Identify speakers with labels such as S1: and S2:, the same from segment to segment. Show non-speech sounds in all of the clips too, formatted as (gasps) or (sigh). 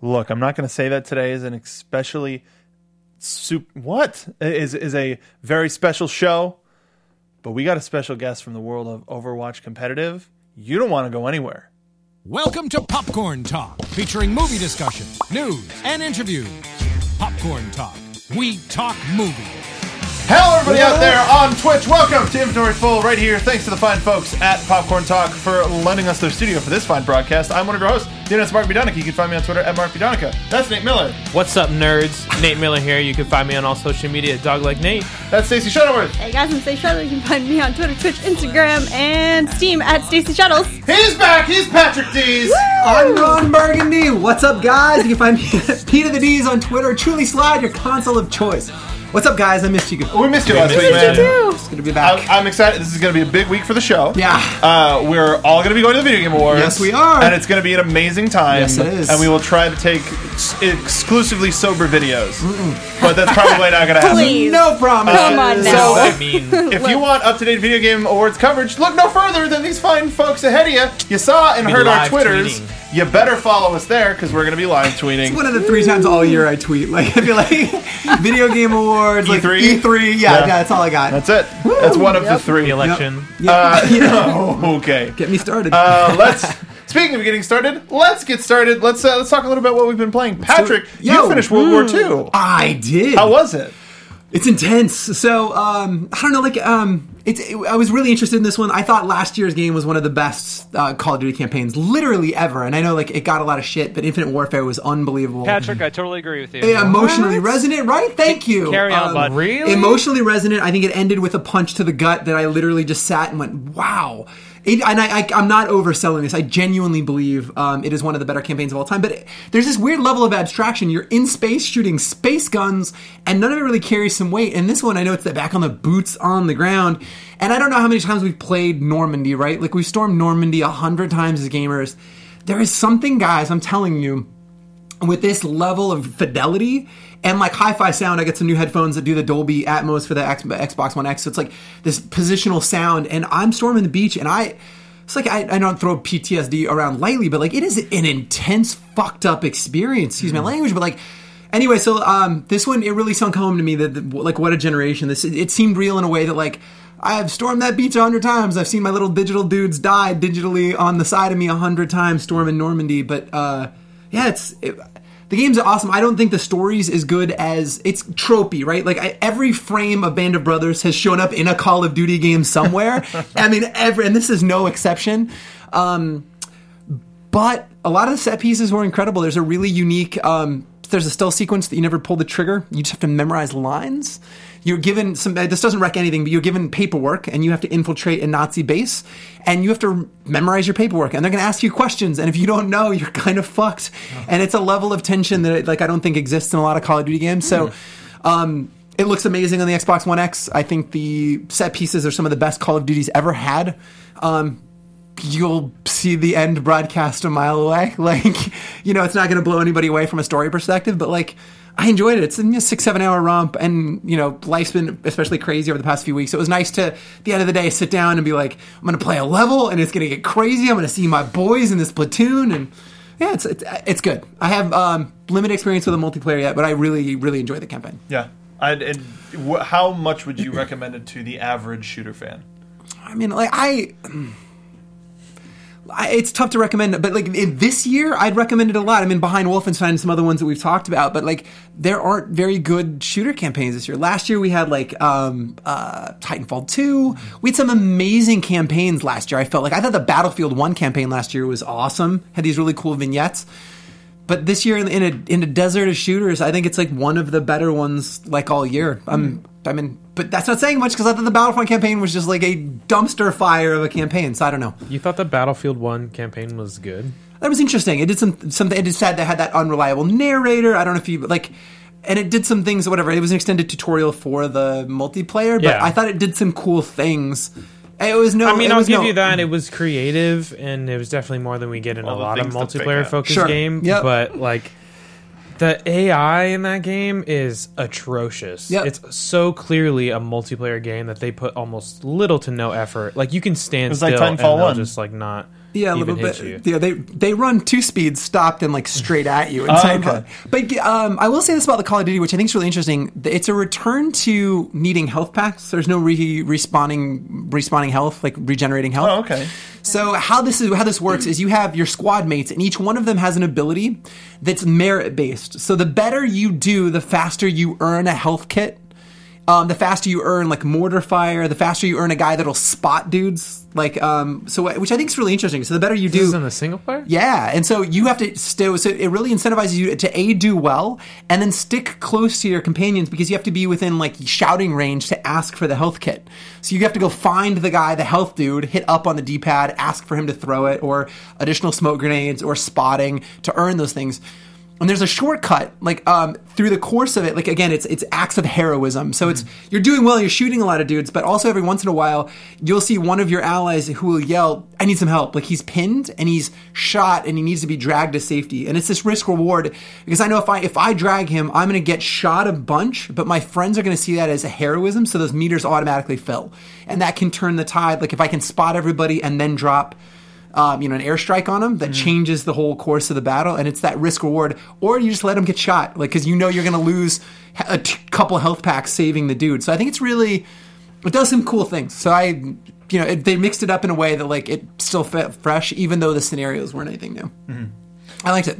S1: look, I'm not going to say that today is an especially sup- what is is a very special show, but we got a special guest from the world of Overwatch competitive. You don't want to go anywhere.
S2: Welcome to Popcorn Talk, featuring movie discussion, news, and interviews. Popcorn Talk. We talk movies.
S1: Hello, everybody out there on Twitch. Welcome to Inventory Full right here. Thanks to the fine folks at Popcorn Talk for lending us their studio for this fine broadcast. I'm one of your hosts, the internet's Mark Bidonica. You can find me on Twitter at Mark Bidonica. That's Nate Miller.
S3: What's up, nerds? Nate Miller here. You can find me on all social media at DogLikeNate.
S1: That's Stacey Shuttleworth.
S4: Hey guys, I'm Stacey Shuttles. You can find me on Twitter, Twitch, Instagram, and Steam at Stacey Shuttles.
S1: He's back. He's Patrick Dees.
S5: I'm Ron Burgundy. What's up, guys? You can find me at (laughs) Pete of the D's on Twitter. Truly Slide, your console of choice. What's up, guys? I missed you.
S1: We missed you last
S3: missed
S1: week,
S3: you
S1: man.
S3: too.
S5: It's gonna be
S1: I'm,
S5: back.
S1: I'm excited. This is going to be a big week for the show.
S5: Yeah.
S1: Uh, we're all going to be going to the Video Game Awards.
S5: Yes, we are.
S1: And it's going to be an amazing time.
S5: Yes, it is.
S1: And we will try to take s- exclusively sober videos. But that's probably not going to
S5: (laughs)
S1: happen.
S4: Please.
S5: no promise.
S4: Come on now.
S3: I mean,
S5: Oh.
S1: If you want up to date Video Game Awards coverage, look no further than these fine folks ahead of you. You saw and heard our
S3: live
S1: Twitters.
S3: tweeting.
S1: You better follow us there because we're going to be live tweeting.
S5: One of the three times all year I tweet. Like (laughs) I feel like Video Game Awards, like
S1: E3?
S5: E3. Yeah,
S1: E Yeah.
S5: yeah. that's all I got.
S1: That's it. That's one of the
S3: the
S1: three.
S3: election.
S5: (laughs)
S1: Uh, okay.
S5: Get me started.
S1: Uh, let's. Speaking of getting started, let's get started. Let's uh, let's talk a little about what we've been playing. Patrick,
S5: do it.
S1: you
S5: Yo. hmm.
S1: finished World
S4: Hmm.
S1: War II.
S5: I did.
S1: How was it?
S5: It's intense. So um, I don't know. Like um, it's. It, I was really interested in this one. I thought last year's game was one of the best uh, Call of Duty campaigns, literally ever. And I know like it got a lot of shit, but Infinite Warfare was unbelievable.
S6: Patrick, I totally agree with you.
S5: Yeah, emotionally resonant, right? Thank you.
S6: Carry on, bud.
S3: Really?
S5: Emotionally resonant. I think it ended with a punch to the gut that I literally just sat and went, "Wow." It, and I, I, I'm not overselling this. I genuinely believe um, it is one of the better campaigns of all time. But it, there's this weird level of abstraction. You're in space shooting space guns, and none of it really carries some weight. And this one, I know it's the back on the boots on the ground. And I don't know how many times we've played Normandy, right? Like we've stormed Normandy a hundred times as gamers. There is something, guys. I'm telling you with this level of fidelity and like hi-fi sound i get some new headphones that do the dolby atmos for the X- xbox one x so it's like this positional sound and i'm storming the beach and i it's like I, I don't throw ptsd around lightly but like it is an intense fucked up experience excuse my language but like anyway so um, this one it really sunk home to me that, that like what a generation this it seemed real in a way that like I have stormed that beach a hundred times. I've seen my little digital dudes die digitally on the side of me a hundred times storming Normandy. But uh, yeah, it's it, the game's awesome. I don't think the story's as good as it's tropey, right? Like I, every frame of Band of Brothers has shown up in a Call of Duty game somewhere. I mean, every and this is no exception. Um, but a lot of the set pieces were incredible. There's a really unique. Um, there's a still sequence that you never pull the trigger. You just have to memorize lines. You're given some. uh, This doesn't wreck anything, but you're given paperwork, and you have to infiltrate a Nazi base, and you have to memorize your paperwork. And they're going to ask you questions, and if you don't know, you're kind of fucked. And it's a level of tension that like I don't think exists in a lot of Call of Duty games. So. Um, it looks amazing on the Xbox One X. I think the set pieces are some of the best Call of Duties ever had. Um, you'll see the end broadcast a mile away. (laughs) Like, you know, it's not going to blow anybody away from a story perspective, but like, I enjoyed it. It's a six, seven hour romp, and you know, life's been especially crazy over the past few weeks. So it was nice to, at the end of the day, sit down and be like, I'm going to play a level, and it's going to get crazy. I'm going to see my boys in this platoon, and yeah, it's it's, it's good. I have um, limited experience with the multiplayer yet, but I really, really enjoy the campaign.
S1: Yeah. I'd, and wh- how much would you recommend it to the average shooter fan?
S5: I mean, like I, I it's tough to recommend, but like in this year, I'd recommend it a lot. I mean, behind Wolfenstein and some other ones that we've talked about, but like there aren't very good shooter campaigns this year. Last year we had like um, uh, Titanfall two. We had some amazing campaigns last year. I felt like I thought the Battlefield one campaign last year was awesome. Had these really cool vignettes. But this year in, in a in a desert of shooters, I think it's like one of the better ones like all year. I'm
S3: Hmm.
S5: I mean, but that's not saying much because I thought the Battlefront campaign was just like a dumpster fire of a campaign. So I don't know.
S3: You thought the Battlefield 1 campaign was good?
S5: That was interesting. It did some something. It said they had that unreliable narrator. I don't know if you like, and it did some things. Whatever. It was an extended tutorial for the multiplayer, but
S3: Yeah.
S5: I thought it did some cool things. It was no.
S3: I mean,
S5: Oh, it
S3: I'll
S5: was
S3: give
S5: no- Mm-hmm.
S3: you that. It was creative, and it was definitely more than we get in
S1: All
S3: a
S1: the
S3: lot of
S1: things that they
S3: multiplayer
S1: got.
S3: focused
S5: Sure.
S3: game.
S5: Yep.
S3: But like the AI in that game is atrocious.
S5: Yep.
S3: It's so clearly a multiplayer game that they put almost little to no effort. Like you can stand
S1: was like
S3: still
S1: Titanfall
S3: and they'll
S1: 1.
S3: just like not.
S5: Yeah, a little
S3: even hit
S5: bit.
S3: you.
S5: Yeah, they they run two speeds, stopped and like straight at you. And
S1: okay.
S5: But um, I will say this about the Call of Duty, which I think is really interesting. It's a return to needing health packs. There's no re- respawning respawning health, like regenerating health.
S1: Oh, okay.
S5: So how this is how this works is you have your squad mates, and each one of them has an ability that's merit based. So the better you do, the faster you earn a health kit. Um, the faster you earn like mortar fire, the faster you earn a guy that'll spot dudes. Like um, so, which I think is really interesting. So the better you do,
S3: This isn't a single player.
S5: yeah, and so you have to still. So it really incentivizes you to a do well, and then stick close to your companions because you have to be within like shouting range to ask for the health kit. So you have to go find the guy, the health dude, hit up on the D pad, ask for him to throw it, or additional smoke grenades, or spotting to earn those things. And there's a shortcut, like um, through the course of it. Like again, it's it's acts of heroism. So it's you're doing well, you're shooting a lot of dudes, but also every once in a while, you'll see one of your allies who will yell, "I need some help!" Like he's pinned and he's shot and he needs to be dragged to safety. And it's this risk reward because I know if I if I drag him, I'm going to get shot a bunch, but my friends are going to see that as a heroism, so those meters automatically fill, and that can turn the tide. Like if I can spot everybody and then drop um, you know, an airstrike on them that
S1: Mm.
S5: changes the whole course of the battle, and it's that risk reward. Or you just let them get shot, like because you know you're going to lose h- a t- couple health packs saving the dude. So I think it's really it does some cool things. So I, you know, it, they mixed it up in a way that like it still felt fresh, even though the scenarios weren't anything new.
S1: Mm-hmm.
S5: I liked it.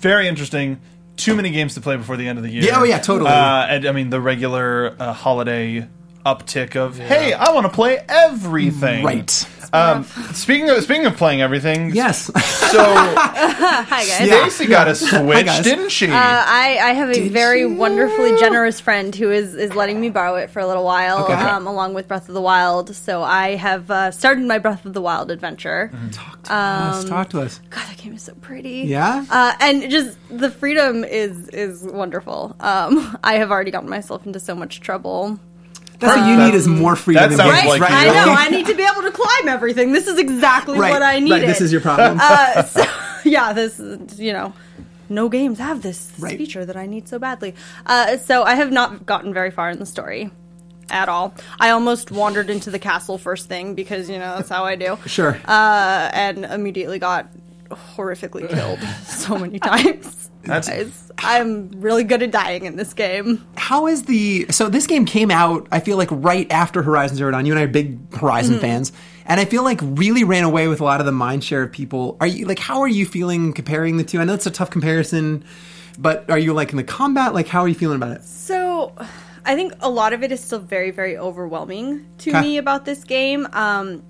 S1: very interesting. Too many games to play before the end of the year.
S5: Yeah, oh, yeah, totally.
S1: Uh, and I mean the regular uh, holiday uptick of hey, I want to play everything.
S5: Right.
S1: Um, speaking of speaking of playing everything,
S5: Yes. (laughs)
S1: So
S4: Uh, Hi guys.
S1: Stacy got a Switch,
S5: guys.
S1: didn't she?
S4: Uh, I, I have a
S5: Did
S4: very
S5: you?
S4: wonderfully generous friend who is, is letting me borrow it for a little while,
S5: Okay.
S4: um, along with Breath of the Wild. So I have uh, started my Breath of the Wild adventure.
S1: Mm-hmm.
S5: talk to (laughs) us. Talk to us.
S4: Um, God, that game is so pretty.
S5: Yeah?
S4: uh, and just the freedom is is wonderful. Um, (laughs) I have already gotten myself into so much trouble.
S5: That's what you need is more freedom.
S1: that
S5: in
S1: sounds
S5: games,
S1: like
S5: right?
S4: Uh, I
S1: you.
S4: know. I need to be able to climb everything. This is exactly
S5: Right.
S4: what I needed.
S5: Right. This is your problem.
S4: uh, (laughs) so yeah, this is, you know, no games have this, this
S5: Right.
S4: feature that I need so badly. Uh, so I have not gotten very far in the story at all. I almost wandered into the castle first thing because you know that's how I do.
S5: (laughs) sure.
S4: Uh, and immediately got horrifically
S5: (laughs)
S4: killed so many times.
S1: That's-
S4: Guys, I'm really good at dying in this game.
S5: how is the so this game came out i feel like right after horizon zero dawn you and i are big horizon fans and i feel like really ran away with a lot of the mind share of people are you like how are you feeling comparing the two i know it's a tough comparison but are you like in the combat like how are you feeling about it
S4: So, I think a lot of it is still very, very overwhelming to
S5: Okay.
S4: me about this game. Um,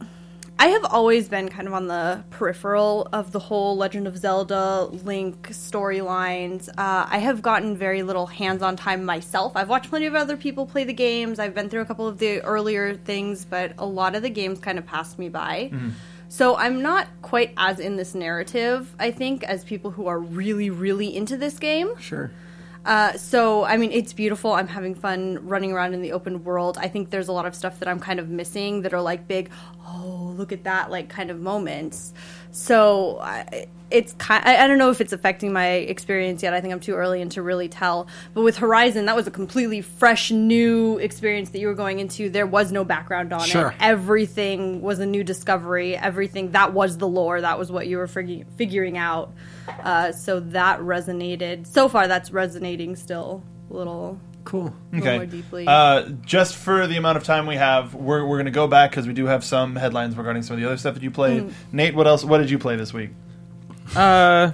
S4: I have always been kind of on the peripheral of the whole Legend of Zelda Link storylines. Uh, I have gotten very little hands on time myself. I've watched plenty of other people play the games, I've been through a couple of the earlier things, but a lot of the games kind of passed me by. So I'm not quite as in this narrative, I think, as people who are really, really into this game.
S5: sure
S4: Uh, so I mean, it's beautiful. I'm having fun running around in the open world. I think there's a lot of stuff that I'm kind of missing that are like big, oh look at that, like kind of moments. So I, it's kind. I, I don't know if it's affecting my experience yet. I think I'm too early in to really tell. But with Horizon, that was a completely fresh, new experience that you were going into. There was no background on
S5: Sure.
S4: it. Everything was a new discovery. Everything that was the lore. That was what you were fig- figuring out. Uh, so that resonated. So far, that's resonating still a little,
S5: cool
S4: a little
S1: Okay.
S4: more deeply.
S1: Uh, just for the amount of time we have, we're, we're going to go back because we do have some headlines regarding some of the other stuff that you played.
S4: Mm.
S1: Nate, what else? What did you play this week?
S3: Uh,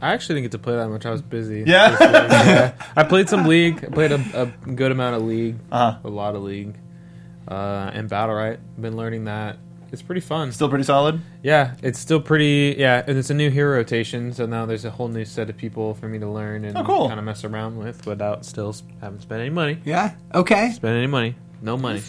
S3: I actually didn't get to play that much. I was busy.
S1: Yeah,
S3: I played some league. I played a, a good amount of league.
S1: Uh-huh.
S3: A lot of league. Uh, and battle right. Been learning that. It's pretty fun.
S1: (laughs) still pretty solid.
S3: Yeah, it's still pretty. Yeah, and it's a new hero rotation, so now there's a whole new set of people for me to learn and
S1: Oh, cool.
S3: kind of mess around with without still s- haven't spent any money.
S5: yeah okay
S3: Spent any money? No money.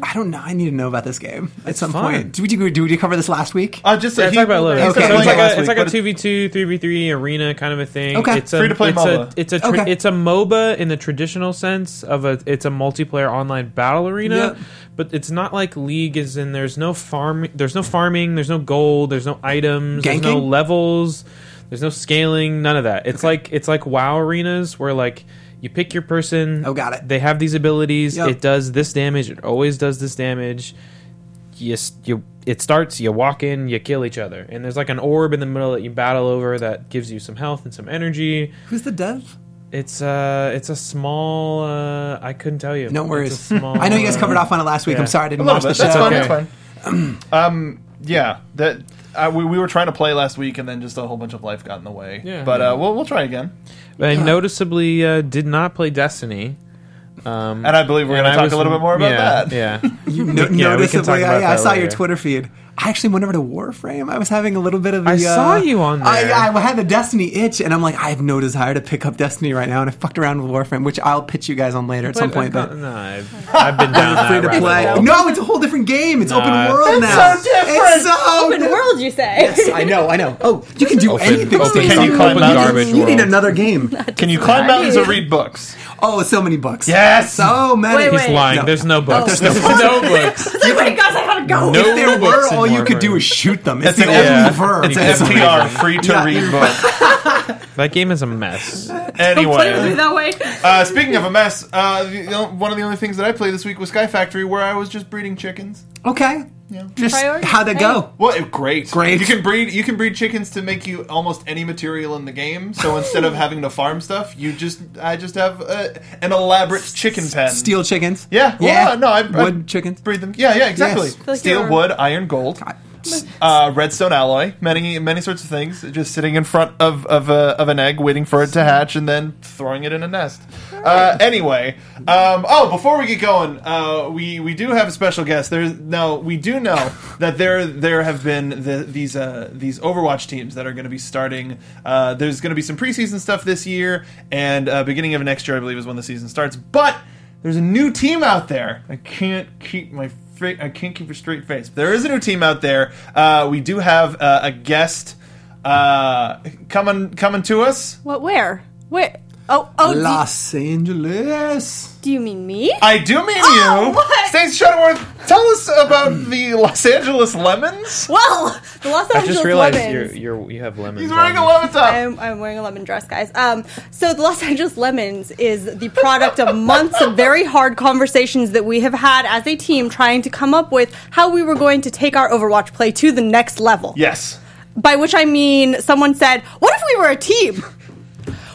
S5: i don't know i need to know about this game at some
S3: fun.
S5: point do we do, do we cover this last week
S1: Uh, just
S3: Yeah,
S1: he-
S3: talk about it a little bit.
S5: Okay.
S1: he
S3: So
S1: said
S3: it's like
S1: last
S3: a,
S1: week,
S3: it's like
S1: but
S3: a two v two, three v three arena kind of a thing.
S5: Okay.
S3: it's a,
S1: Free-to-play
S3: it's
S1: MOBA.
S3: A, it's a tra-
S5: Okay.
S3: it's a MOBA in the traditional sense of a it's a multiplayer online battle arena,
S5: Yep.
S3: but it's not like League is in. There's no farm. There's no farming. There's no gold. There's no items. There's no
S5: Ganking?
S3: levels. There's no scaling. None of that. It's like it's like WoW arenas where like. You pick your person.
S5: Oh, got it.
S3: They have these abilities.
S5: Yep.
S3: It does this damage. It always does this damage you s- you it starts. You walk in, you kill each other, and there's like an orb in the middle that you battle over that gives you some health and some energy.
S5: Who's the dev?
S3: It's uh, it's a small. Uh, I couldn't tell you.
S5: No
S3: It's a
S5: worries.
S3: small,
S5: (laughs) I know you guys
S3: uh,
S5: covered off on it last week.
S3: yeah.
S5: I'm sorry I
S1: A
S5: didn't
S1: little
S5: watch
S1: bit.
S5: the
S1: That's
S5: show.
S1: fine.
S3: Okay.
S1: That's fine. um, yeah, that uh, we, we were trying to play last week, and then just a whole bunch of life got in the way.
S3: Yeah.
S1: but uh, we'll we'll try again.
S3: uh, I noticeably uh, did not play Destiny. Um,
S1: And I believe we're
S3: and
S1: going
S3: I
S1: to talk
S3: was-
S1: a little bit more about
S3: yeah,
S1: that. (laughs)
S3: Yeah.
S5: You no-
S3: we can talk
S5: noticeably,
S3: about
S5: I, yeah, I
S3: that
S5: saw your
S3: later.
S5: Twitter feed. I actually went over to Warframe. I was having a little bit of the.
S3: I
S5: uh,
S3: saw you on there.
S5: I, I had the Destiny itch, and I'm like, I have no desire to pick up Destiny right now, and I fucked around with Warframe, which I'll pitch you guys on later at some
S3: But
S5: point.
S3: I've
S5: But
S3: got- no, I've, I've
S5: (laughs)
S3: been down that
S5: free to
S3: rabbit
S5: play.
S3: hole.
S5: No, it's a whole different game. It's open
S3: No.
S5: world
S1: It's
S5: now.
S1: so different.
S5: It's so
S4: Open
S5: di-
S4: world, you say? (laughs)
S5: I know, I know. Oh, you can do
S3: Open-
S5: anything.
S3: open-
S5: Steve.
S1: Can you climb
S5: need-
S1: garbage
S5: You need
S3: world?
S5: another game.
S1: Can you climb mountains or read books?
S5: Oh, so many books.
S1: Yes.
S5: So many.
S4: Wait,
S3: He's
S4: wait.
S3: lying.
S5: (laughs) No.
S3: There's no books.
S5: Oh.
S3: There's no books.
S4: It's like, wait, guys, I gotta go. (laughs)
S3: No.
S5: If there were,
S3: books in
S5: all you could do
S3: Warframe.
S5: is shoot them. It's
S1: It's
S5: the
S1: an
S5: only
S1: F-
S5: verb.
S1: It's an
S3: It's
S1: FTR,
S3: amazing.
S1: free to read
S3: (laughs)
S1: book.
S3: That game is a mess.
S4: Don't play with me
S1: Anyway,
S4: that way.
S1: uh, speaking of a mess, uh, the, the- one of the only things that I played this week was Sky Factory, where I was just breeding chickens.
S5: Okay. Just
S4: Priorities.
S5: how'd it go?
S1: Well, it- great,
S5: Great.
S1: You can breed. You can breed chickens to make you almost any material in the game. So instead of having to farm stuff, you just I just have uh an elaborate chicken pen.
S5: Steel chickens.
S1: Yeah. Well,
S5: Yeah.
S1: No, I, I
S5: Wood chickens.
S1: breed them. Yeah. Yeah. Exactly.
S5: Yes. I feel
S4: like
S1: Steel,
S4: you're-
S1: wood, iron, gold, uh, redstone alloy, many many sorts of things. Just sitting in front of of, a, of an egg, waiting for it to hatch, and then throwing it in a nest. Uh, anyway, um, oh, before we get going, uh, we we do have a special guest. There's now we do know that there there have been the, these uh, these Overwatch teams that are going to be starting. Uh, there's going to be some preseason stuff this year, and uh, beginning of next year, I believe, is when the season starts. But there's a new team out there. I can't keep my fa- I can't keep a straight face. There is a new team out there. Uh, we do have uh, a guest uh, coming coming to us.
S4: What? Where? Where? Oh, oh. Do,
S5: Los Angeles.
S4: do you mean me?
S1: I do mean
S4: Oh,
S1: you,
S4: what?
S1: Stace Shuttleworth. Tell us about the Los Angeles Lemons.
S4: well, (laughs) the Los Angeles
S3: I just realized
S4: Lemons.
S3: you're, you're you have lemons.
S1: He's wearing a
S3: on.
S1: lemon top.
S4: I'm, I'm wearing a lemon dress, guys. Um, so the Los Angeles Lemons is the product of months of very hard conversations that we have had as a team trying to come up with how we were going to take our Overwatch play to the next level.
S1: Yes.
S4: By which I mean, someone said, "What if we were a team?"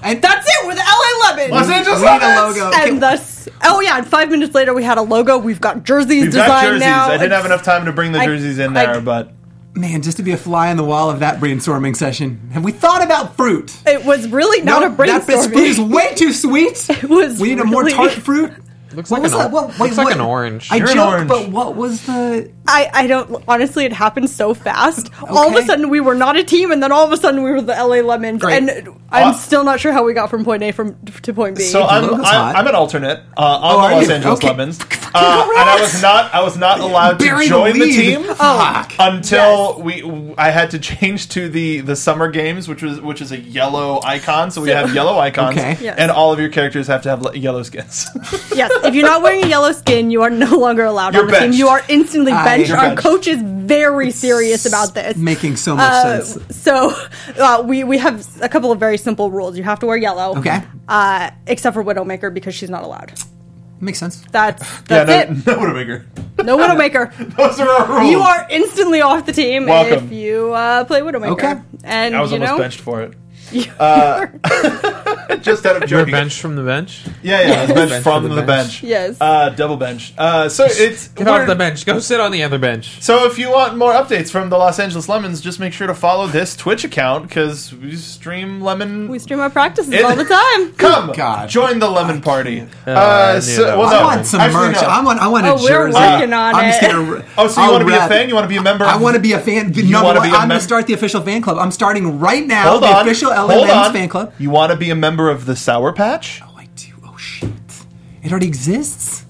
S5: And
S4: That's it. We're the LA Lemons.
S1: Los Angeles
S5: we need a
S1: Lemons.
S5: logo.
S4: And thus, oh yeah, and five minutes later we had a logo. We've got jerseys
S1: We've
S4: designed
S1: got jerseys.
S4: now.
S1: I didn't have enough time to bring the
S4: I-
S1: jerseys in
S4: I-
S1: there, but
S5: man, just to be a fly on the wall of that brainstorming session. Have we thought about fruit?
S4: It was really not
S5: No,
S4: a
S1: (laughs)
S5: That bit- fruit is
S4: brainstorming.
S5: way too sweet.
S4: (laughs) It was
S5: We need a more
S4: really-
S5: tart fruit.
S3: Looks
S5: What
S3: like
S5: was
S3: an
S5: that?
S3: or-
S5: What, wait,
S3: looks like
S5: what-
S3: an orange.
S5: I
S1: You're an
S5: joke,
S1: orange.
S5: but what was the?
S4: I, I don't. Honestly, it happened so fast. All of a
S5: Okay.
S4: sudden, we were not a team, and then all of a sudden, we were the LA Lemons.
S5: Great.
S4: And I'm
S1: Uh,
S4: still not sure how we got from point A from to point B.
S1: So uh, I'm,
S5: logo's
S1: I'm,
S5: hot.
S1: I'm an alternate uh, on
S5: Oh, are
S1: the Los
S5: you?
S1: Angeles
S5: Okay.
S1: Lemons, uh, and I was not I was not allowed to
S5: Bury the
S1: join the,
S5: lead.
S1: team
S4: Oh,
S1: Uh,
S5: Fuck.
S1: until we I had to change to the the summer games, which was which is a yellow icon. So we have yellow icons,
S5: Okay.
S4: Yes.
S1: and all of your characters have to have le- yellow skins. (laughs)
S4: yes, if you're not wearing a yellow skin, you are no longer allowed
S1: You're
S4: on the
S1: benched.
S4: team. You are instantly
S5: Ah,
S4: benched.
S5: you're
S4: Our
S1: benched.
S4: coach is very serious about this.
S5: Making so much
S4: Uh,
S5: sense.
S4: so uh, we we have a couple of very simple rules. You have to wear yellow,
S5: Okay.
S4: Uh, except for Widowmaker because she's not allowed.
S5: Makes sense.
S4: That's
S1: yeah,
S4: that's
S1: no, (laughs) no
S4: it.
S1: Widowmaker. (laughs)
S4: No Widowmaker.
S1: Those are our rules.
S4: You
S5: Oh.
S4: are instantly off the team
S1: Welcome.
S4: if you uh, play Widowmaker.
S5: Okay.
S4: And
S1: I was
S4: you
S1: almost
S4: know,
S1: benched for it. Uh, (laughs) just out of
S3: You're
S1: joking.
S3: benched from the bench.
S1: Yeah,
S3: (laughs)
S1: yeah, I was benched
S3: Bench
S1: from
S3: to
S1: the,
S3: the
S1: bench.
S3: bench.
S4: Yes.
S1: Uh, double bench. Uh, so it's
S3: Get off
S1: we're-
S3: the bench. Go sit on the other bench.
S1: So if you want more updates from the Los Angeles Lemons, just make sure to follow this Twitch account because we stream lemon.
S4: we stream our
S5: (laughs)
S4: practices
S1: It-
S4: all the time.
S1: Come,
S5: God.
S1: join the lemon party. Uh,
S3: I knew
S1: so-
S3: that
S1: well,
S3: was
S1: no,
S5: I want some
S1: actually,
S5: merch.
S1: no.
S5: I want. I want a
S4: Oh, we're
S5: jersey.
S4: working on
S5: I'm just
S4: it.
S5: gonna,
S1: oh, so you
S5: I'll
S1: want to be a
S5: wrap-
S1: fan? You want to be a member?
S5: I want to be a fan. You no,
S1: wanna
S5: no,
S1: be a
S5: I'm
S1: mem-
S5: gonna start the official fan club. I'm starting right now.
S1: Hold
S5: the
S1: on.
S5: official LA
S1: Hold
S5: Men's
S1: on.
S5: fan club.
S1: You want to be a member of the Sour Patch?
S5: Oh, I do. Oh shit! It already exists.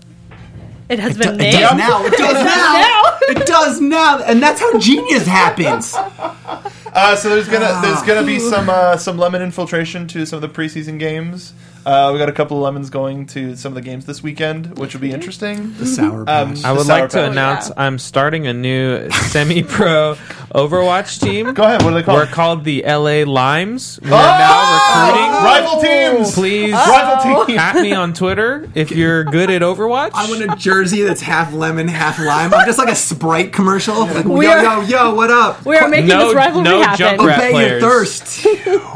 S4: It has
S5: Do-
S4: been
S5: it
S4: named.
S5: does now.
S4: (laughs)
S5: It does now. It does now. And that's how genius happens.
S1: Uh, so there's
S5: Ah.
S1: gonna there's gonna be some uh, some lemon infiltration to some of the preseason games. Uh, we got a couple of lemons going to some of the games this weekend, which will be interesting.
S5: The sour
S1: Um,
S5: patch.
S3: I
S1: The
S3: would
S1: Sour
S3: like to
S1: Patch.
S3: announce
S4: Oh,
S3: I'm starting a new semi-pro Overwatch team.
S1: Go ahead. What are they called?
S3: We're called the LA Limes. We're
S1: Oh!
S3: now
S1: Rival teams. Oh!
S3: Please Oh!
S1: Rival teams.
S3: at me on Twitter if you're good at Overwatch.
S5: I want a jersey that's half lemon, half lime. I'm just like a Sprite commercial. Like,
S4: We
S5: yo,
S4: are-
S5: yo, yo, what up?
S4: We are making
S3: No-
S4: this rivalry
S3: no
S4: happen.
S3: junk rap.
S5: Obey your
S3: players.
S5: thirst.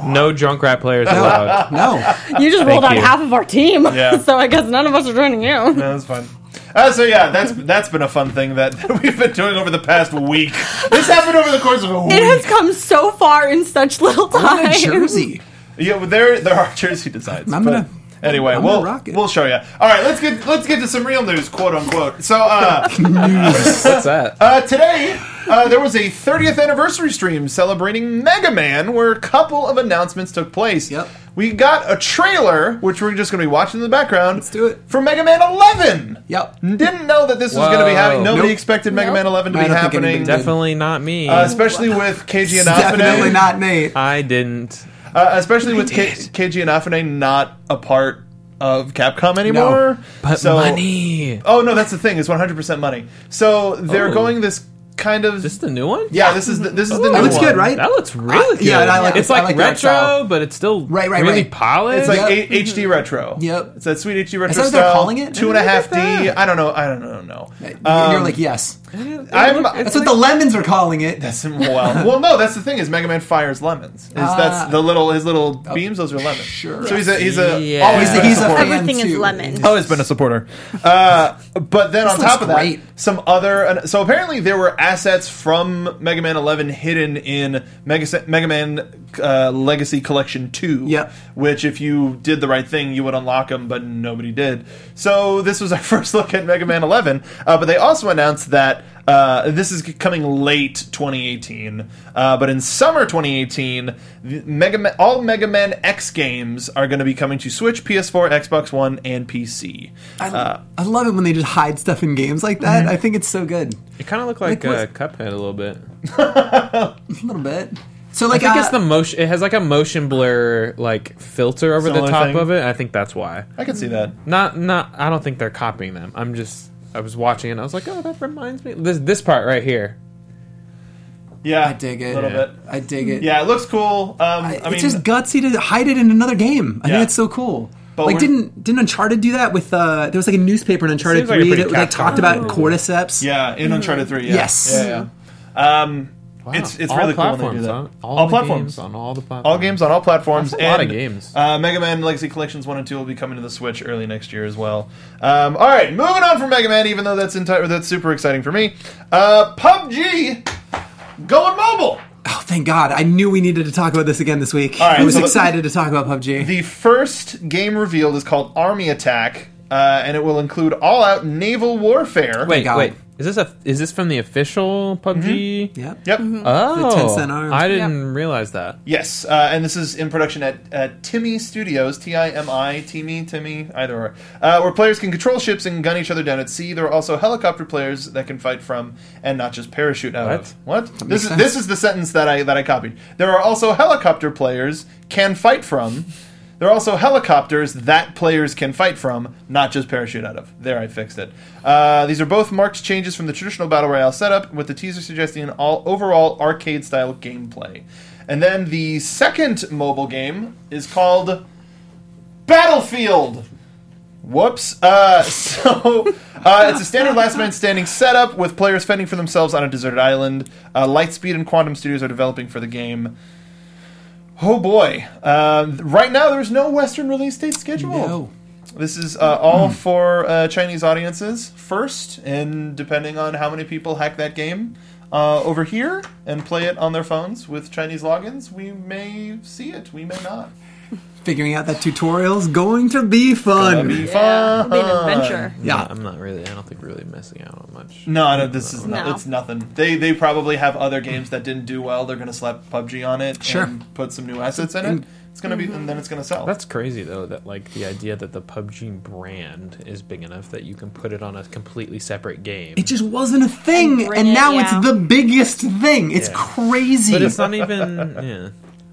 S3: no junk rat players allowed.
S4: (laughs)
S5: No.
S4: You just rolled out
S3: you.
S4: half of our team,
S1: Yeah.
S4: (laughs) so I guess none of us are joining you.
S1: That was fun. Uh, so yeah, that's that's been a fun thing that (laughs) we've been doing over the past week. This happened over the course of a week.
S4: It has come so far in such little
S5: I
S4: time.
S5: want
S4: (laughs)
S5: a jersey.
S1: Yeah, well, there there are (laughs) jersey designs.
S5: I'm
S1: but
S5: gonna-
S1: anyway.
S5: I'm gonna
S1: we'll
S5: rock it.
S1: we'll show you. All right, let's get let's get to some real news, quote unquote. So uh, (laughs)
S3: What's that?
S1: uh, today uh, there was a 30th anniversary stream celebrating Mega Man, where a couple of announcements took place.
S5: Yep.
S1: We got a trailer, which we're just going to be watching in the background.
S5: Let's do it.
S1: for Mega Man 11.
S5: Yep.
S1: Didn't know that this was going to be
S3: Whoa.
S1: happening. Nobody
S5: Nope.
S1: expected Mega
S4: Nope.
S1: Man 11 to
S5: I
S1: be
S5: don't think
S1: happening.
S5: anybody did.
S3: Definitely not me.
S1: Uh, especially with KG and
S5: Definitely
S1: Afine.
S5: not Nate.
S3: I didn't.
S1: Uh, especially with K- KG and Afine not a part of Capcom anymore.
S3: But
S1: So-
S3: money.
S1: Oh no, that's the thing. It's 100% money. So they're
S3: Oh.
S1: going this kind of.
S3: This is the new one.
S1: yeah, this is the, this is the new
S5: That looks
S1: one.
S5: good, right?
S3: That looks really
S5: I-
S3: good.
S5: yeah, and I like
S3: it's
S5: the- I
S3: like,
S5: like the art
S3: retro,
S5: style.
S3: but it's still
S5: Right, right,
S3: really
S5: right.
S3: polished.
S1: It's like
S5: Yep. Mm-hmm.
S1: a- HD retro.
S5: Yep.
S1: It's that sweet HD retro
S5: that what they're
S1: style.
S5: calling it?
S1: Two and a
S5: Look
S1: half
S5: at
S1: D.
S5: that.
S1: I don't know. I don't know. No. Um,
S5: You're like, yes.
S1: I'm.
S5: That's what the lemons are calling it.
S1: That's well, well, no. That's the thing is Mega Man fires lemons. Is
S5: Ah. Oh,
S1: that's the little his little beams? Those are lemons.
S5: sure.
S1: So he's a he's a
S3: Yeah.
S1: always
S5: He's a-
S1: been
S5: he's a
S1: supporter.
S5: fan.
S4: Everything is
S5: too. Oh,
S4: lemon.
S1: Always been a supporter. Uh, but then on
S5: looks
S1: top of that,
S5: great.
S1: some other. and So apparently there were assets from Mega Man 11 hidden in Mega, Se- Mega Man uh, Legacy Collection 2.
S5: Yep.
S1: Which, if you did the right thing, you would unlock them, but nobody did. So this was our (laughs) first look at Mega Man 11. Uh, but they also announced that. Uh, this is coming late 2018, uh, but in summer 2018, the Mega Man, all Mega Man X games are going to be coming to Switch, PS4, Xbox One, and PC.
S5: I,
S1: Uh,
S5: I love it when they just hide stuff in games like that.
S1: mm-hmm.
S5: I think it's so good.
S3: It kind of looked like,
S5: Like,
S3: uh, Cuphead a little bit.
S5: A little bit. So like,
S3: I think
S5: uh,
S3: it's the motion. It has like a motion blur like filter over the
S1: Similar
S3: top
S1: thing.
S3: of it. I think that's why.
S1: I can see that.
S3: Not not. I don't think they're copying them. I'm just. I was watching it. and I was like, oh, that reminds me. This this part right here.
S1: Yeah,
S5: I dig it.
S1: a little
S3: Yeah.
S1: bit.
S5: I dig it.
S1: Yeah, it looks cool. Um, I, mean,
S5: it's just gutsy to hide it in another game. I
S1: Yeah.
S5: think it's so cool.
S1: But
S5: like
S1: we're-
S5: didn't didn't Uncharted do that with uh there was like a newspaper in Uncharted
S3: seems like a
S5: three
S3: pretty
S5: that like
S3: Capcom
S5: talked about cordyceps.
S1: yeah, in Uncharted Three. Yeah.
S5: Yes.
S1: Yeah. yeah. Um,
S3: Wow.
S1: It's it's
S3: All
S1: really cool when they
S3: platforms,
S1: do that.
S3: huh? All,
S1: All
S3: the
S1: platforms.
S3: games on all the platforms.
S1: All games on all platforms.
S3: That's a lot
S1: and,
S3: of games.
S1: Uh, Mega Man Legacy Collections 1 and 2 will be coming to the Switch early next year as well. Um, all right, moving on from Mega Man, even though that's entire, that's super exciting for me. Uh, PUBG going mobile.
S5: Oh thank God. I knew we needed to talk about this again this week.
S1: All right,
S5: I was
S1: so the-
S5: excited to talk about PUBG.
S1: The first game revealed is called Army Attack, uh, and it will include all-out naval warfare.
S3: Wait,
S5: God.
S3: wait. Is this a is this from the official PUBG?
S5: yep.
S1: Yep.
S3: Oh,
S5: Tencent arm.
S3: I didn't realize that.
S1: Yes, uh, and this is in production at uh, Timmy Studios, T I M I, Timmy, Timmy, either or, uh, where players can control ships and gun each other down at sea. There are also helicopter players that can fight from and not just parachute out of. What? This is
S5: sense.
S1: this is the sentence that I that I copied. There are also helicopter players can fight from. There are also helicopters that players can fight from, not just parachute out of. There, I fixed it. Uh, these are both marked changes from the traditional battle royale setup, with the teaser suggesting an all overall arcade style gameplay. And then the second mobile game is called Battlefield. Whoops. Uh, (laughs) so uh, it's a standard last man standing setup with players fending for themselves on a deserted island. Uh, Lightspeed and Quantum Studios are developing for the game. Oh boy! Um right now, there's no Western release date scheduled.
S5: No. Hmm.
S1: This is uh, all for uh, Chinese audiences first, and depending on how many people hack that game uh, over here and play it on their phones with Chinese logins, we may see it. We may not.
S5: Figuring out that tutorial's going to be fun.
S1: Be
S4: Yeah, it'll be an
S1: fun.
S4: adventure.
S5: yeah.
S3: I'm not really. I don't think really missing out on much.
S1: No, no, this is not,
S4: No.
S1: it's nothing. They they probably have other games that didn't do well. They're gonna slap PUBG on it,
S5: Sure.
S1: and put some new assets in it. It's gonna be,
S4: Mm-hmm.
S1: and then it's gonna sell.
S3: That's crazy though. That like the idea that the PUBG brand is big enough that you can put it on a completely separate game.
S5: It just wasn't a thing,
S4: And
S5: and,
S4: bring it,
S5: now
S4: yeah.
S5: it's the biggest thing. It's
S3: Yeah.
S5: crazy.
S3: but it's not
S5: (laughs)
S3: even. Yeah.